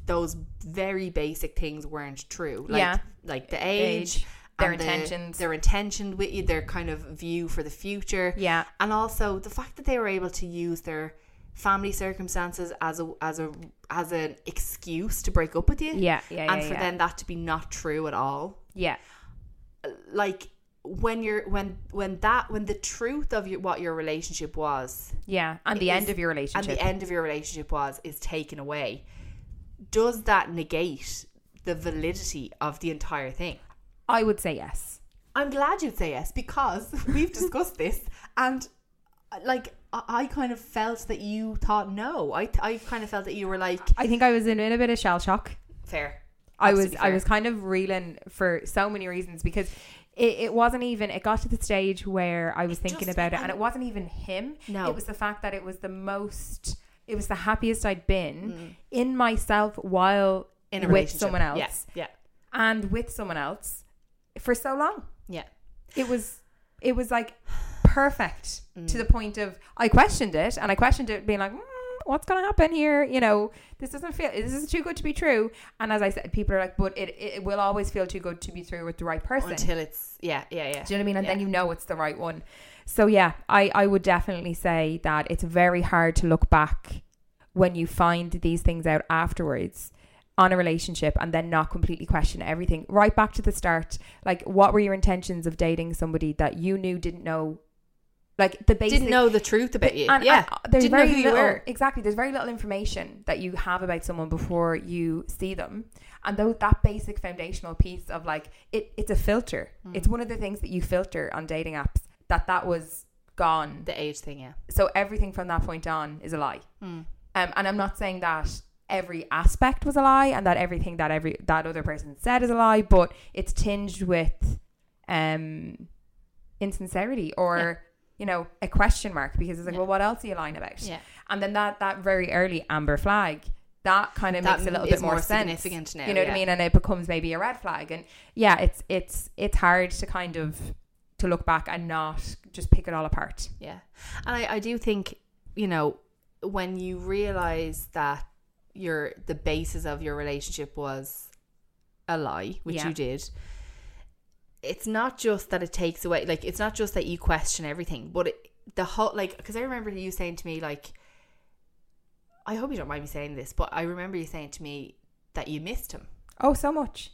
Speaker 1: those very basic things weren't true, like
Speaker 2: Yeah.
Speaker 1: like the age.
Speaker 2: Age, their
Speaker 1: and the-
Speaker 2: intentions.
Speaker 1: their intention with you, their kind of view for the future,
Speaker 2: Yeah.
Speaker 1: and also the fact that they were able to use their family circumstances as a as a as an excuse to break up with you,
Speaker 2: Yeah, yeah,
Speaker 1: and
Speaker 2: yeah,
Speaker 1: for
Speaker 2: yeah.
Speaker 1: then that to be not true at all,
Speaker 2: Yeah,
Speaker 1: like when you're when when that when the truth of your, what your relationship was
Speaker 2: Yeah, and the
Speaker 1: is-
Speaker 2: end of your relationship.
Speaker 1: and the end of your relationship was is taken away does that negate the validity of the entire thing
Speaker 2: I would say yes.
Speaker 1: i'm glad you'd say yes because we've discussed this and uh, like i I kind of felt that you thought no i, I kind of felt that you were like
Speaker 2: I think I was in, in a bit of shell shock.
Speaker 1: fair
Speaker 2: I
Speaker 1: Has to
Speaker 2: was
Speaker 1: be
Speaker 2: I
Speaker 1: fair.
Speaker 2: was kind of reeling for so many reasons because it, it wasn't even it got to the stage where I was thinking
Speaker 1: just-
Speaker 2: about it and
Speaker 1: and-
Speaker 2: it wasn't even him.
Speaker 1: No.
Speaker 2: It was the fact that it was the most it was the happiest I'd been in myself while
Speaker 1: in a
Speaker 2: with
Speaker 1: relationship.
Speaker 2: someone else.
Speaker 1: yeah yeah
Speaker 2: And with someone else for so long.
Speaker 1: yeah
Speaker 2: It was it was like perfect to the point of I questioned it and I questioned it being like mm, what's going to happen here you know this doesn't feel this is too good to be true and as I said people are like but it, it will always feel too good to be true with the right person
Speaker 1: until it's yeah yeah yeah
Speaker 2: do you know what I mean? And then you know it's the right one. So yeah, I, I would definitely say that it's very hard to look back when you find these things out afterwards on a relationship and then not completely question everything. Right back to the start, like what were your intentions of dating somebody that you knew didn't know like the basic
Speaker 1: didn't know the truth about you
Speaker 2: and,
Speaker 1: yeah
Speaker 2: and there's
Speaker 1: didn't
Speaker 2: very
Speaker 1: know who you
Speaker 2: little,
Speaker 1: were
Speaker 2: Exactly. There's very little information that you have about someone before you see them. And though that basic foundational piece of like it it's a filter.
Speaker 1: Hmm.
Speaker 2: It's one of the things that you filter on dating apps that that was gone.
Speaker 1: the age thing yeah
Speaker 2: So everything from that point on is a lie.
Speaker 1: Hmm.
Speaker 2: Um, and I'm not saying that every aspect was a lie and that everything that every that other person said is a lie, but it's tinged with um insincerity or you know a question mark because it's like, well, what else are you lying about?
Speaker 1: Yeah.
Speaker 2: And then that that very early amber flag that kind of
Speaker 1: That
Speaker 2: makes a little
Speaker 1: is
Speaker 2: bit more,
Speaker 1: more
Speaker 2: sense.
Speaker 1: significant now,
Speaker 2: you know what
Speaker 1: yeah.
Speaker 2: I mean? And it becomes maybe a red flag. And yeah, it's it's it's hard to kind of to look back and not just pick it all apart.
Speaker 1: Yeah. And I, I do think, you know, when you realize that your the basis of your relationship was a lie, which
Speaker 2: Yeah.
Speaker 1: you did, it's not just that it takes away like it's not just that you question everything, but it, the whole like because I remember you saying to me like I hope you don't mind me saying this, but I remember you saying to me that you missed him.
Speaker 2: Oh, so much.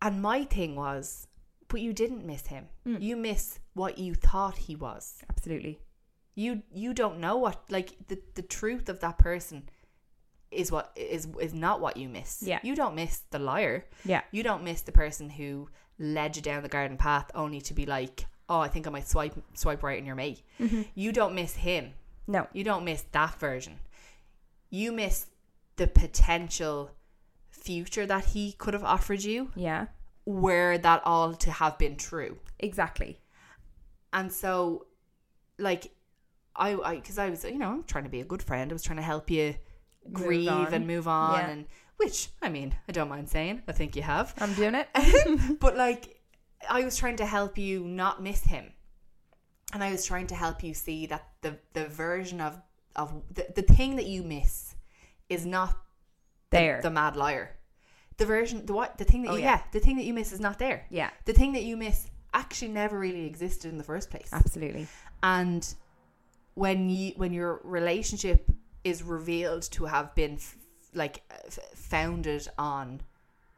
Speaker 1: And my thing was, but you didn't miss him. You miss what you thought he was.
Speaker 2: Absolutely.
Speaker 1: you you don't know what like the the truth of that person is what is is not what you miss
Speaker 2: Yeah.
Speaker 1: you don't miss the liar
Speaker 2: Yeah.
Speaker 1: you don't miss the person who led you down the garden path only to be like oh i think i might swipe swipe right in your mate you don't miss him
Speaker 2: No.
Speaker 1: you don't miss that version you miss the potential future that he could have offered you
Speaker 2: Yeah.
Speaker 1: were that all to have been true
Speaker 2: Exactly.
Speaker 1: and so like i i because i was you know i'm trying to be a good friend i was trying to help you
Speaker 2: Move
Speaker 1: grieve
Speaker 2: on.
Speaker 1: and move on
Speaker 2: Yeah. Um,
Speaker 1: and which i mean i don't mind saying i think you have
Speaker 2: I'm doing it.
Speaker 1: but like i was trying to help you not miss him and i was trying to help you see that the the version of of the, the thing that you miss is not
Speaker 2: there.
Speaker 1: the mad liar the version the what the thing that
Speaker 2: Oh,
Speaker 1: you,
Speaker 2: yeah.
Speaker 1: yeah the thing that you miss is not there
Speaker 2: yeah.
Speaker 1: the thing that you miss actually never really existed in the first place
Speaker 2: Absolutely.
Speaker 1: and when you when your relationship is revealed to have been f- like uh, f- founded on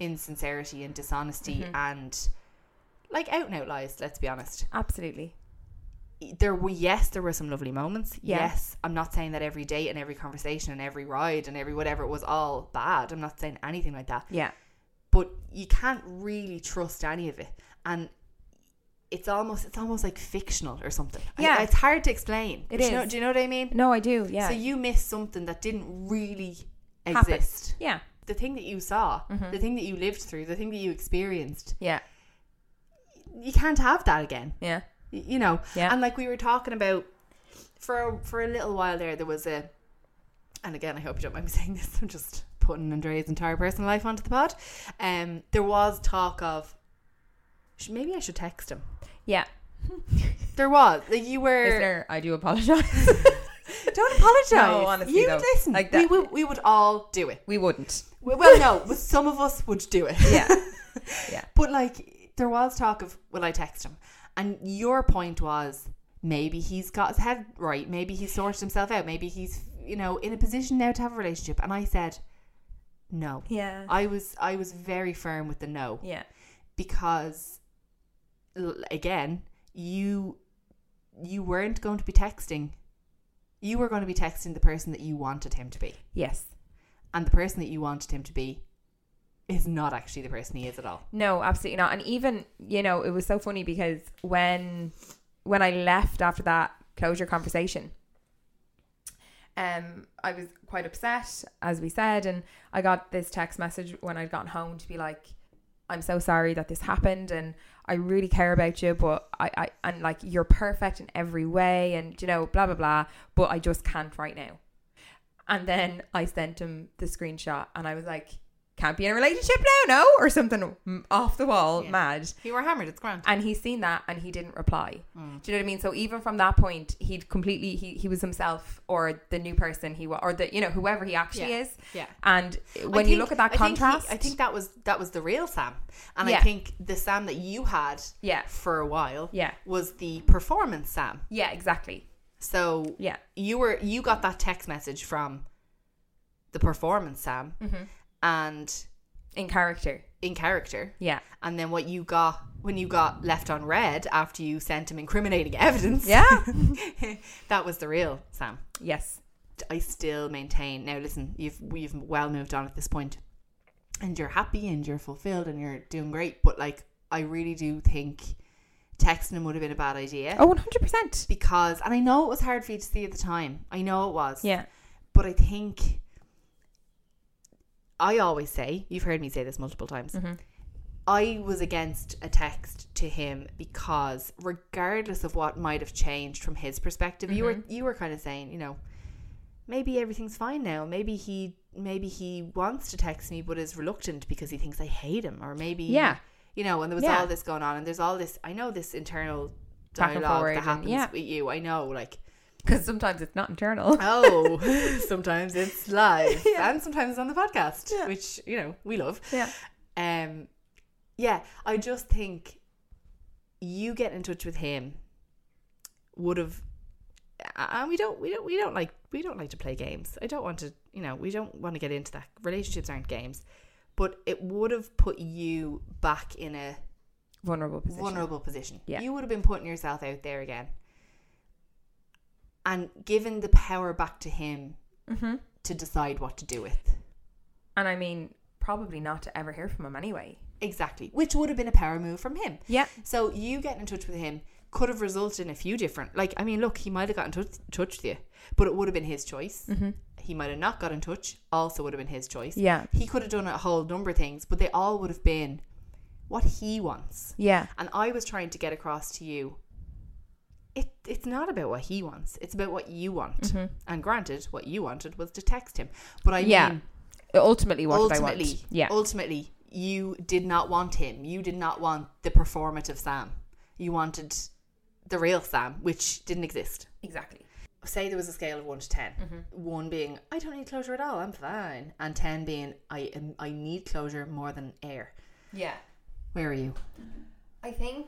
Speaker 1: insincerity and dishonesty
Speaker 2: Mm-hmm.
Speaker 1: and like out and out lies let's be honest E,
Speaker 2: Absolutely.
Speaker 1: there were yes there were some lovely moments
Speaker 2: Yeah.
Speaker 1: yes i'm not saying that every date and every conversation and every ride and every whatever was all bad i'm not saying anything like that
Speaker 2: Yeah.
Speaker 1: but you can't really trust any of it and it's almost it's almost like fictional or something I-
Speaker 2: Yeah.
Speaker 1: it's hard to explain
Speaker 2: It
Speaker 1: do you know,
Speaker 2: is.
Speaker 1: do you know what i mean
Speaker 2: No, I do. Yeah.
Speaker 1: so you missed something that didn't really
Speaker 2: Happen. Mm-hmm.
Speaker 1: exist
Speaker 2: Yeah.
Speaker 1: the thing that you saw the thing that you lived through the thing that you experienced
Speaker 2: Yeah.
Speaker 1: you can't have that again
Speaker 2: Yeah.
Speaker 1: y- you know
Speaker 2: Yeah.
Speaker 1: and like we were talking about for a, for a little while there there was a and again i hope you don't mind me saying this i'm just putting andrea's entire personal life onto the pod um there was talk of sh- maybe i should text him
Speaker 2: Yeah.
Speaker 1: there was like you were
Speaker 2: Listener, I do apologize.
Speaker 1: don't apologize
Speaker 2: No, honestly,
Speaker 1: you
Speaker 2: though,
Speaker 1: would listen
Speaker 2: like
Speaker 1: we,
Speaker 2: that-
Speaker 1: would, we would all do it
Speaker 2: we wouldn't.
Speaker 1: We- well no but some of us would do it
Speaker 2: Yeah. Yeah.
Speaker 1: But like there was talk of will I text him? And your point was maybe he's got his head right, maybe he's sorted himself out, maybe he's you know in a position now to have a relationship. And I said no.
Speaker 2: Yeah.
Speaker 1: I was I was very firm with the no
Speaker 2: Yeah.
Speaker 1: because l- again, you you weren't going to be texting. You were going to be texting the person that you wanted him to be.
Speaker 2: Yes.
Speaker 1: And the person that you wanted him to be is not actually the person he is at all.
Speaker 2: No, absolutely not. And even, you know, it was so funny because when when I left after that closure conversation, um, I was quite upset, as we said, and I got this text message when I'd gotten home to be like, I'm so sorry that this happened and I really care about you, but I, I and like you're perfect in every way and you know, blah blah blah, but I just can't right now. And then I sent him the screenshot and I was like, can't be in a relationship now, no? Or something m- off the wall, mad.
Speaker 1: You were hammered, it's grand.
Speaker 2: And he's seen that and he didn't reply.
Speaker 1: Mm.
Speaker 2: Do you know what I mean? So even from that point, he'd completely, he, he was himself or the new person he was, or the, you know, whoever he actually
Speaker 1: Yeah.
Speaker 2: is.
Speaker 1: Yeah.
Speaker 2: And
Speaker 1: I
Speaker 2: when you
Speaker 1: think-
Speaker 2: look at that
Speaker 1: I think he-
Speaker 2: contrast,
Speaker 1: I think that was that was the real Sam, and I
Speaker 2: Yeah.
Speaker 1: think the Sam that you had
Speaker 2: Yeah.
Speaker 1: for a while
Speaker 2: Yeah.
Speaker 1: was the performance Sam.
Speaker 2: yeah, exactly.
Speaker 1: So
Speaker 2: Yeah.
Speaker 1: you were you got that text message from the performance Sam,
Speaker 2: Mm-hmm.
Speaker 1: and
Speaker 2: In character.
Speaker 1: in character,
Speaker 2: Yeah.
Speaker 1: and then what you got when you got left on red after you sent him incriminating evidence.
Speaker 2: Yeah.
Speaker 1: that was the real Sam.
Speaker 2: yes.
Speaker 1: I still maintain. Now, listen, you've we've well moved on at this point, and you're happy and you're fulfilled and you're doing great. But like, I really do think texting him would have been a bad idea
Speaker 2: Oh, 100%.
Speaker 1: because, and I know it was hard for you to see at the time. I know it was.
Speaker 2: Yeah.
Speaker 1: But I think I always say, you've heard me say this multiple times.
Speaker 2: Mm-hmm.
Speaker 1: I was against a text to him because regardless of what might have changed from his perspective, you
Speaker 2: Mm-hmm.
Speaker 1: were you were kind of saying, you know, maybe everything's fine now. Maybe he maybe he wants to text me but is reluctant because he thinks I hate him or maybe
Speaker 2: Yeah.
Speaker 1: you know, and there was
Speaker 2: Yeah.
Speaker 1: all this going on and there's all this I know this internal
Speaker 2: Back and
Speaker 1: dialogue
Speaker 2: forward
Speaker 1: that
Speaker 2: and-
Speaker 1: happens
Speaker 2: yeah.
Speaker 1: with you. I know like
Speaker 2: Because sometimes it's not internal.
Speaker 1: Oh, sometimes it's live, and sometimes it's on the podcast, which you know we love.
Speaker 2: Yeah.
Speaker 1: Um, yeah, I just think you get in touch with him would have, and we don't, we don't, we don't like, we don't like to play games. I don't want to, you know, we don't want to get into that. Relationships aren't games, but it would have put you back in a
Speaker 2: Vulnerable position.
Speaker 1: vulnerable position.
Speaker 2: Yeah.
Speaker 1: You would have been putting yourself out there again. And given the power back to him
Speaker 2: Mm-hmm.
Speaker 1: to decide what to do with.
Speaker 2: And I mean, probably not to ever hear from him anyway.
Speaker 1: Exactly. Which would have been a power move from him.
Speaker 2: Yeah.
Speaker 1: So you getting in touch with him could have resulted in a few different like I mean, look, he might have got in touch, touch with you, but it would have been his choice. Mm-hmm. He might have not got in touch, also would have been his choice.
Speaker 2: Yeah.
Speaker 1: He could have done a whole number of things, but they all would have been what he wants.
Speaker 2: Yeah.
Speaker 1: And I was trying to get across to you. It, it's not about what he wants. It's about what you want. And granted, what you wanted was to text him. But I
Speaker 2: Mm-hmm. yeah.
Speaker 1: mean,
Speaker 2: Ultimately, what did I
Speaker 1: ultimately,
Speaker 2: want? Yeah.
Speaker 1: ultimately, you did not want him. You did not want the performative Sam. You wanted the real Sam, which didn't exist.
Speaker 2: exactly.
Speaker 1: Say there was a scale of one to 10
Speaker 2: Mm-hmm.
Speaker 1: One being I don't need closure at all. I'm fine, and ten being I am, I need closure more than air.
Speaker 2: Yeah.
Speaker 1: Where are you?
Speaker 2: I think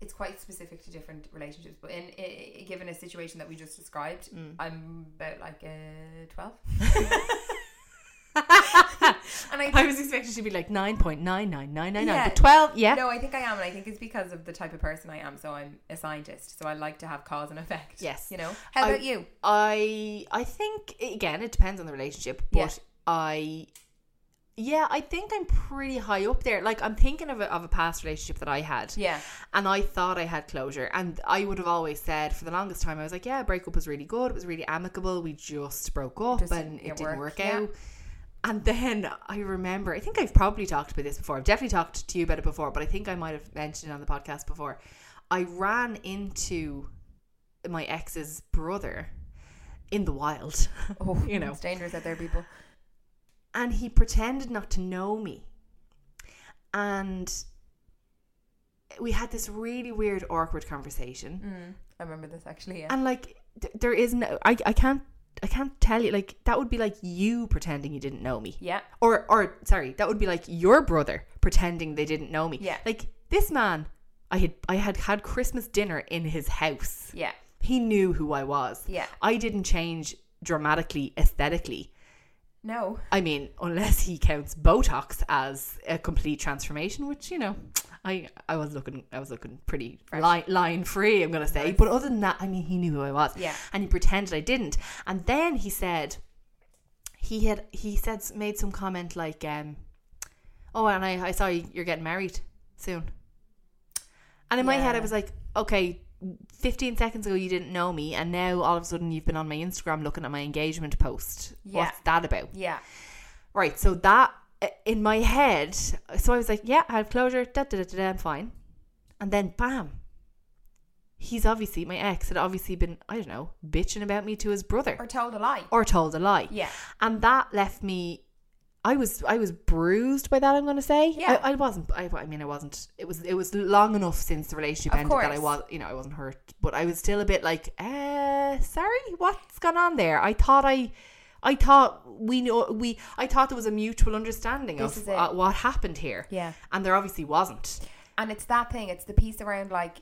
Speaker 2: it's quite specific to different relationships, but in i i given a situation that we just described, I'm about like a twelve. and I,
Speaker 1: I was expecting she to be like nine point nine nine nine nine nine,
Speaker 2: Yeah.
Speaker 1: but twelve. Yeah,
Speaker 2: no, I think I am, and I think it's because of the type of person I am. So I'm a scientist, so I like to have cause and effect.
Speaker 1: Yes.
Speaker 2: you know. How
Speaker 1: I-
Speaker 2: about you?
Speaker 1: I I think again it depends on the relationship, but
Speaker 2: Yeah.
Speaker 1: I yeah I think I'm pretty high up there. Like I'm thinking of a, of a past relationship that I had,
Speaker 2: Yeah.
Speaker 1: and I thought I had closure, and I would have always said for the longest time I was like, yeah, breakup was really good, it was really amicable, we just broke up
Speaker 2: Just
Speaker 1: and
Speaker 2: didn't
Speaker 1: it didn't work,
Speaker 2: work, yeah.
Speaker 1: out. And then I remember, I think I've probably talked about this before. I've definitely talked to you about it before, but I think I might have mentioned it on the podcast before. I ran into my ex's brother in the wild,
Speaker 2: Oh,
Speaker 1: you know,
Speaker 2: it's dangerous out there, people.
Speaker 1: and he pretended not to know me. And we had this really weird, awkward conversation.
Speaker 2: I remember this actually. Yeah.
Speaker 1: And like, th- there is no, I, I can't, I can't tell you. Like, that would be like you pretending you didn't know me.
Speaker 2: yeah.
Speaker 1: Or, or sorry, that would be like your brother pretending they didn't know me.
Speaker 2: Yeah.
Speaker 1: Like this man, I had, I had had Christmas dinner in his house.
Speaker 2: Yeah.
Speaker 1: He knew who I was.
Speaker 2: Yeah.
Speaker 1: I didn't change dramatically aesthetically.
Speaker 2: No.
Speaker 1: I mean, unless he counts Botox as a complete transformation, which, you know, I I was looking I was looking pretty li- line free. I'm gonna say, but other than that, I mean, he knew who I was.
Speaker 2: Yeah.
Speaker 1: and he pretended I didn't. And then he said, he had he said made some comment like, um, oh, and I I saw you, you're getting married soon. And in my head, I
Speaker 2: Yeah.
Speaker 1: was like, okay. 15 seconds ago you didn't know me and now all of a sudden you've been on my Instagram looking at my engagement post.
Speaker 2: Yeah.
Speaker 1: What's that about?
Speaker 2: Yeah.
Speaker 1: Right. So that in my head, so I was like, yeah, I have closure. Da, da, da, da, da, I'm fine. And then bam, he's obviously my ex had obviously been I don't know bitching about me to his brother
Speaker 2: Or told a lie.
Speaker 1: or told a lie.
Speaker 2: Yeah.
Speaker 1: And that left me. I was I was bruised by that. I'm going to say.
Speaker 2: Yeah.
Speaker 1: I, I wasn't. I, I mean, I wasn't. It was it was long enough since the relationship
Speaker 2: Of
Speaker 1: ended that I
Speaker 2: course.
Speaker 1: was. You know, I wasn't hurt, but I was still a bit like, uh, sorry, what's gone on there? I thought I. I thought we know we. I thought there was a mutual understanding
Speaker 2: This
Speaker 1: of
Speaker 2: is it.
Speaker 1: uh, what happened here.
Speaker 2: Yeah.
Speaker 1: and there obviously wasn't.
Speaker 2: And it's that thing, it's the piece around like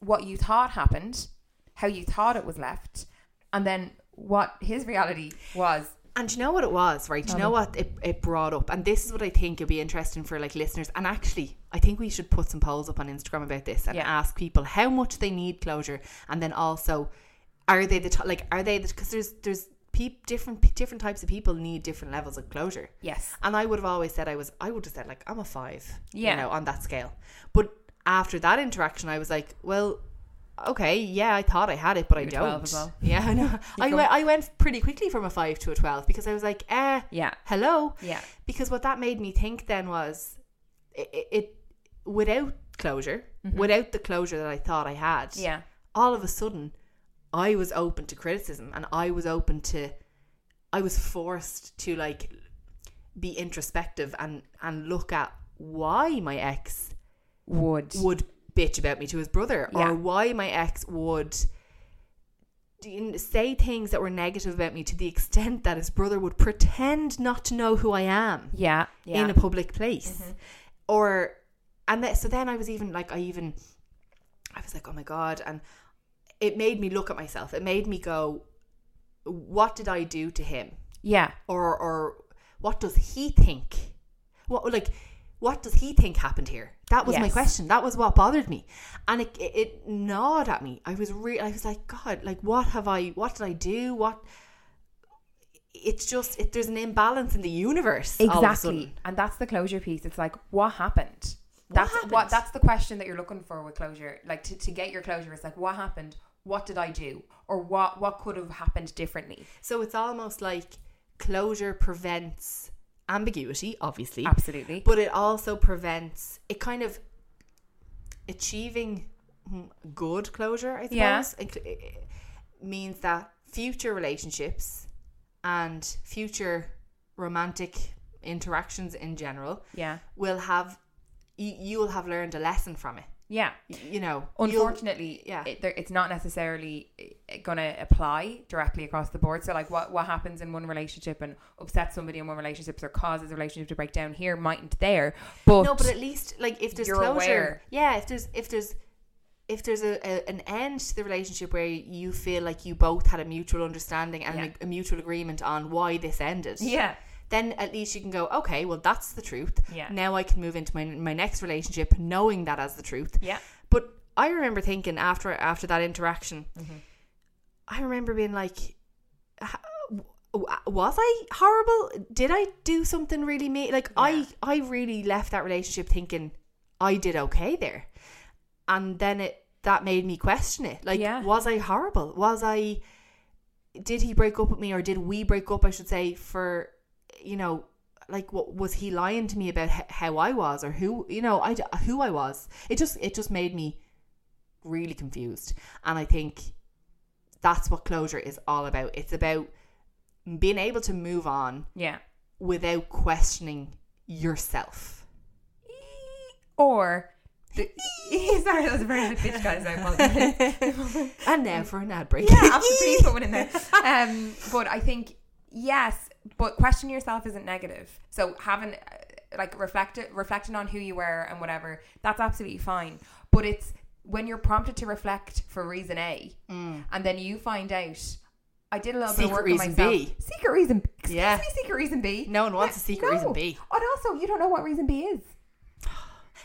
Speaker 2: what you thought happened, how you thought it was left, and then what his reality was.
Speaker 1: And do you know what it was, right? Do you know what it, it brought up? And this is what I think would be interesting for like listeners. And actually, I think we should put some polls up on Instagram about this and
Speaker 2: Yeah.
Speaker 1: ask people how much they need closure, and then also, are they the t- like are they the because there's there's peop, different pe- different types of people need different levels of closure.
Speaker 2: Yes.
Speaker 1: And I would have always said I was I would have said like I'm a five,
Speaker 2: Yeah.
Speaker 1: you know, on that scale. But after that interaction, I was like, well. Okay, yeah, I thought I had it, but I
Speaker 2: You're a 12
Speaker 1: don't.
Speaker 2: as well.
Speaker 1: Yeah, I know. I
Speaker 2: come-
Speaker 1: went, I went pretty quickly from a five to a twelve because I was like, eh,
Speaker 2: Yeah.
Speaker 1: hello,
Speaker 2: Yeah.
Speaker 1: Because what that made me think then was, it, it, it without closure, without the closure that I thought I had,
Speaker 2: Mm-hmm. Yeah.
Speaker 1: All of a sudden, I was open to criticism and I was open to, I was forced to like be introspective and and look at why my ex
Speaker 2: Would.
Speaker 1: would bitch about me to his brother
Speaker 2: Yeah.
Speaker 1: or why my ex would d- say things that were negative about me to the extent that his brother would pretend not to know who I am
Speaker 2: Yeah. Yeah. Mm-hmm.
Speaker 1: in a public place or and that, so then I was even like I even I was like oh my god and it made me look at myself it made me go what did I do to him
Speaker 2: yeah.
Speaker 1: or or what does he think? What like what does he think happened here? That was my
Speaker 2: Yes.
Speaker 1: question. That was what bothered me, and it, it, it gnawed at me. I was re- I was like, God, like what have I? What did I do? What? It's just it, there's an imbalance in the universe. all of a
Speaker 2: Exactly.
Speaker 1: sudden.
Speaker 2: And that's the closure piece. It's like, what happened?
Speaker 1: What
Speaker 2: That's
Speaker 1: happened?
Speaker 2: what that's the question that you're looking for with closure. Like to, to get your closure, it's like what happened? What did I do? Or what what could have happened differently?
Speaker 1: So it's almost like closure prevents ambiguity, obviously.
Speaker 2: Absolutely.
Speaker 1: But it also prevents it kind of achieving mm, good closure, I suppose.
Speaker 2: Yeah.
Speaker 1: It, it means that future relationships and future romantic interactions in general
Speaker 2: Yeah.
Speaker 1: will have you, you will have learned a lesson from it.
Speaker 2: Yeah.
Speaker 1: Y- You know, you'll-
Speaker 2: Unfortunately,
Speaker 1: yeah.
Speaker 2: it, there, it's not necessarily going to apply directly across the board. So, like, what what happens in one relationship and upsets somebody in one relationship or causes a relationship to break down here mightn't there. But
Speaker 1: no but at least like if there's
Speaker 2: you're
Speaker 1: closure
Speaker 2: aware.
Speaker 1: yeah if there's if there's if there's a, a an end to the relationship where you feel like you both had a mutual understanding and
Speaker 2: Yeah.
Speaker 1: a, a mutual agreement on why this ended
Speaker 2: yeah,
Speaker 1: then at least you can go okay well that's the truth
Speaker 2: Yeah.
Speaker 1: now i can move into my my next relationship knowing that as the truth
Speaker 2: Yeah.
Speaker 1: but i remember thinking after after that interaction
Speaker 2: Mm-hmm.
Speaker 1: i remember being like "Ha- w- was i horrible did i do something really me like i i really left that relationship thinking i did okay there and then it that made me question it like
Speaker 2: Yeah.
Speaker 1: was i horrible was i did he break up with me or did we break up i should say for you know like what was he lying to me about h- how i was or who you know i d- who i was it just it just made me really confused and i think that's what closure is all about it's about being able to move on
Speaker 2: yeah.
Speaker 1: without questioning yourself
Speaker 2: Or the, sorry, that was a very bitch, guys. I apologize.
Speaker 1: and now for an ad break
Speaker 2: yeah, absolutely. Put one in there. Um, but I think yes, but question yourself isn't negative. So having uh, like reflect reflecting on who you were and whatever, that's absolutely fine. But it's when you're prompted to reflect for reason A, and then you find out. I did a little
Speaker 1: Mm.
Speaker 2: bit
Speaker 1: Secret
Speaker 2: of work
Speaker 1: reason
Speaker 2: on myself.
Speaker 1: B.
Speaker 2: Secret reason. Excuse
Speaker 1: Yeah.
Speaker 2: me, secret reason B.
Speaker 1: No one wants a secret reason B.
Speaker 2: And also, you don't know what reason B is.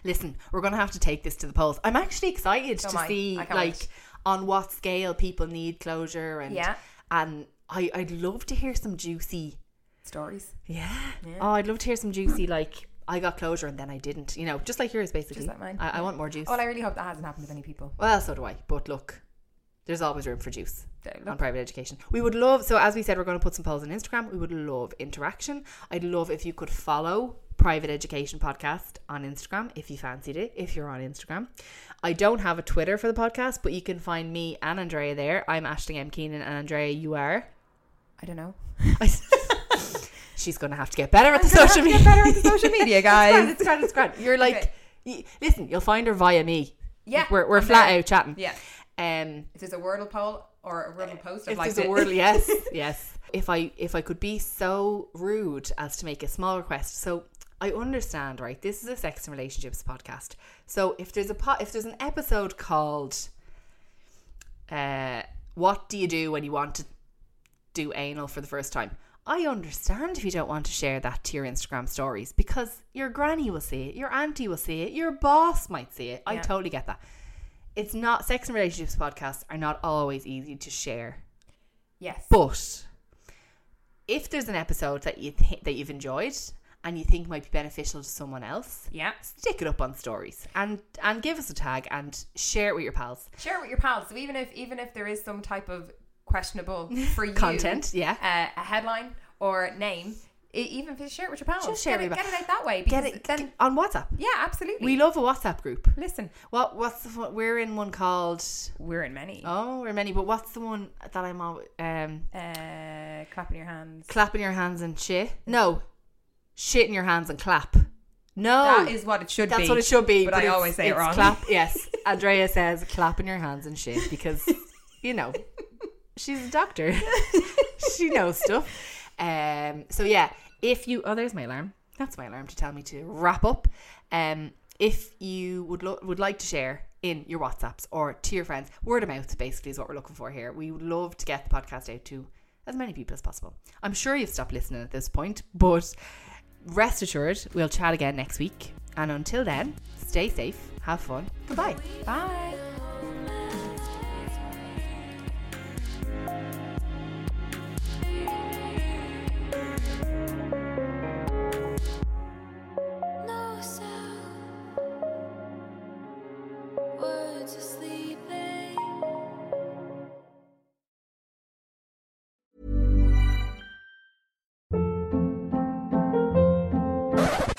Speaker 1: Listen, we're going to have to take this to the polls. I'm actually excited
Speaker 2: So
Speaker 1: to
Speaker 2: am I.
Speaker 1: see
Speaker 2: I can't
Speaker 1: like
Speaker 2: wait.
Speaker 1: on what scale people need closure and
Speaker 2: Yeah.
Speaker 1: and I I'd love to hear some juicy
Speaker 2: Stories.
Speaker 1: yeah. Oh, I'd love to hear some juicy like I got closure and then I didn't. You know, just like yours basically.
Speaker 2: Just like mine. Oh,
Speaker 1: I, I want more juice.
Speaker 2: Well, I really hope that hasn't happened to many people.
Speaker 1: Well, so do I. But look, there's always room for juice
Speaker 2: There, look.
Speaker 1: on private education. We would love, so as we said, we're going to put some polls on Instagram. We would love interaction. I'd love if you could follow Private Education Podcast on Instagram if you fancied it, if you're on Instagram. I don't have a Twitter for the podcast, but you can find me and Andrea there. I'm Ashley M. Keenan and Andrea, you are.
Speaker 2: I don't know.
Speaker 1: I s- She's going to have to get better at the social media.
Speaker 2: Get better at the social media, guys.
Speaker 1: It's grand, it's grand, it's grand. You're like,
Speaker 2: Okay.
Speaker 1: y- listen, you'll find her via me.
Speaker 2: Yeah,
Speaker 1: We're, we're
Speaker 2: I'm
Speaker 1: flat
Speaker 2: there.
Speaker 1: out chatting.
Speaker 2: Yeah.
Speaker 1: Um,
Speaker 2: If there's a Wordle poll or a Wordle post, I'd
Speaker 1: if
Speaker 2: like
Speaker 1: there's a
Speaker 2: to-
Speaker 1: word, yes, yes. If I if I could be so rude as to make a small request, so I understand, right? This is a sex and relationships podcast. So if there's a po- if there's an episode called, uh, what do you do when you want to do anal for the first time? I understand if you don't want to share that to your Instagram stories because your granny will see it, your auntie will see it, your boss might see it. I
Speaker 2: Yeah.
Speaker 1: totally get that. It's not sex and relationships podcasts are not always easy to share
Speaker 2: Yes.
Speaker 1: but if there's an episode that you th- that you've enjoyed and you think might be beneficial to someone else,
Speaker 2: Yeah.
Speaker 1: stick it up on stories and and give us a tag and share it with your pals.
Speaker 2: Share it with your pals. So even if even if there is some type of questionable for you
Speaker 1: Content, yeah.
Speaker 2: uh, a headline or name, e- even if you share it with your pals,
Speaker 1: Just share
Speaker 2: get
Speaker 1: it
Speaker 2: it,
Speaker 1: with your
Speaker 2: get it out that way. Because
Speaker 1: Get it
Speaker 2: then,
Speaker 1: get- on WhatsApp.
Speaker 2: yeah, absolutely.
Speaker 1: We love a WhatsApp group.
Speaker 2: listen.
Speaker 1: What what's the one, we're in one called
Speaker 2: We're in many.
Speaker 1: oh we're many but what's the one that I'm all um
Speaker 2: Uh, clapping your hands.
Speaker 1: clapping your hands and shit no shit in your hands and clap no
Speaker 2: That is what it should
Speaker 1: That's
Speaker 2: be.
Speaker 1: what it should be.
Speaker 2: But, I
Speaker 1: it's-
Speaker 2: always say it
Speaker 1: it's
Speaker 2: wrong.
Speaker 1: Clap, yes. Andrea says clap in your hands and shit because, you know, she's a doctor. she knows stuff. Um, so yeah, if you oh, there's my alarm. That's my alarm to tell me to wrap up. Um, if you would lo- would like to share in your WhatsApps or to your friends, word of mouth basically is what we're looking for here. We would love to get the podcast out to as many people as possible. I'm sure you've stopped listening at this point, but rest assured, we'll chat again next week. And until then, stay safe, have fun. Goodbye.
Speaker 2: Bye.
Speaker 4: No sound. Words are sleeping.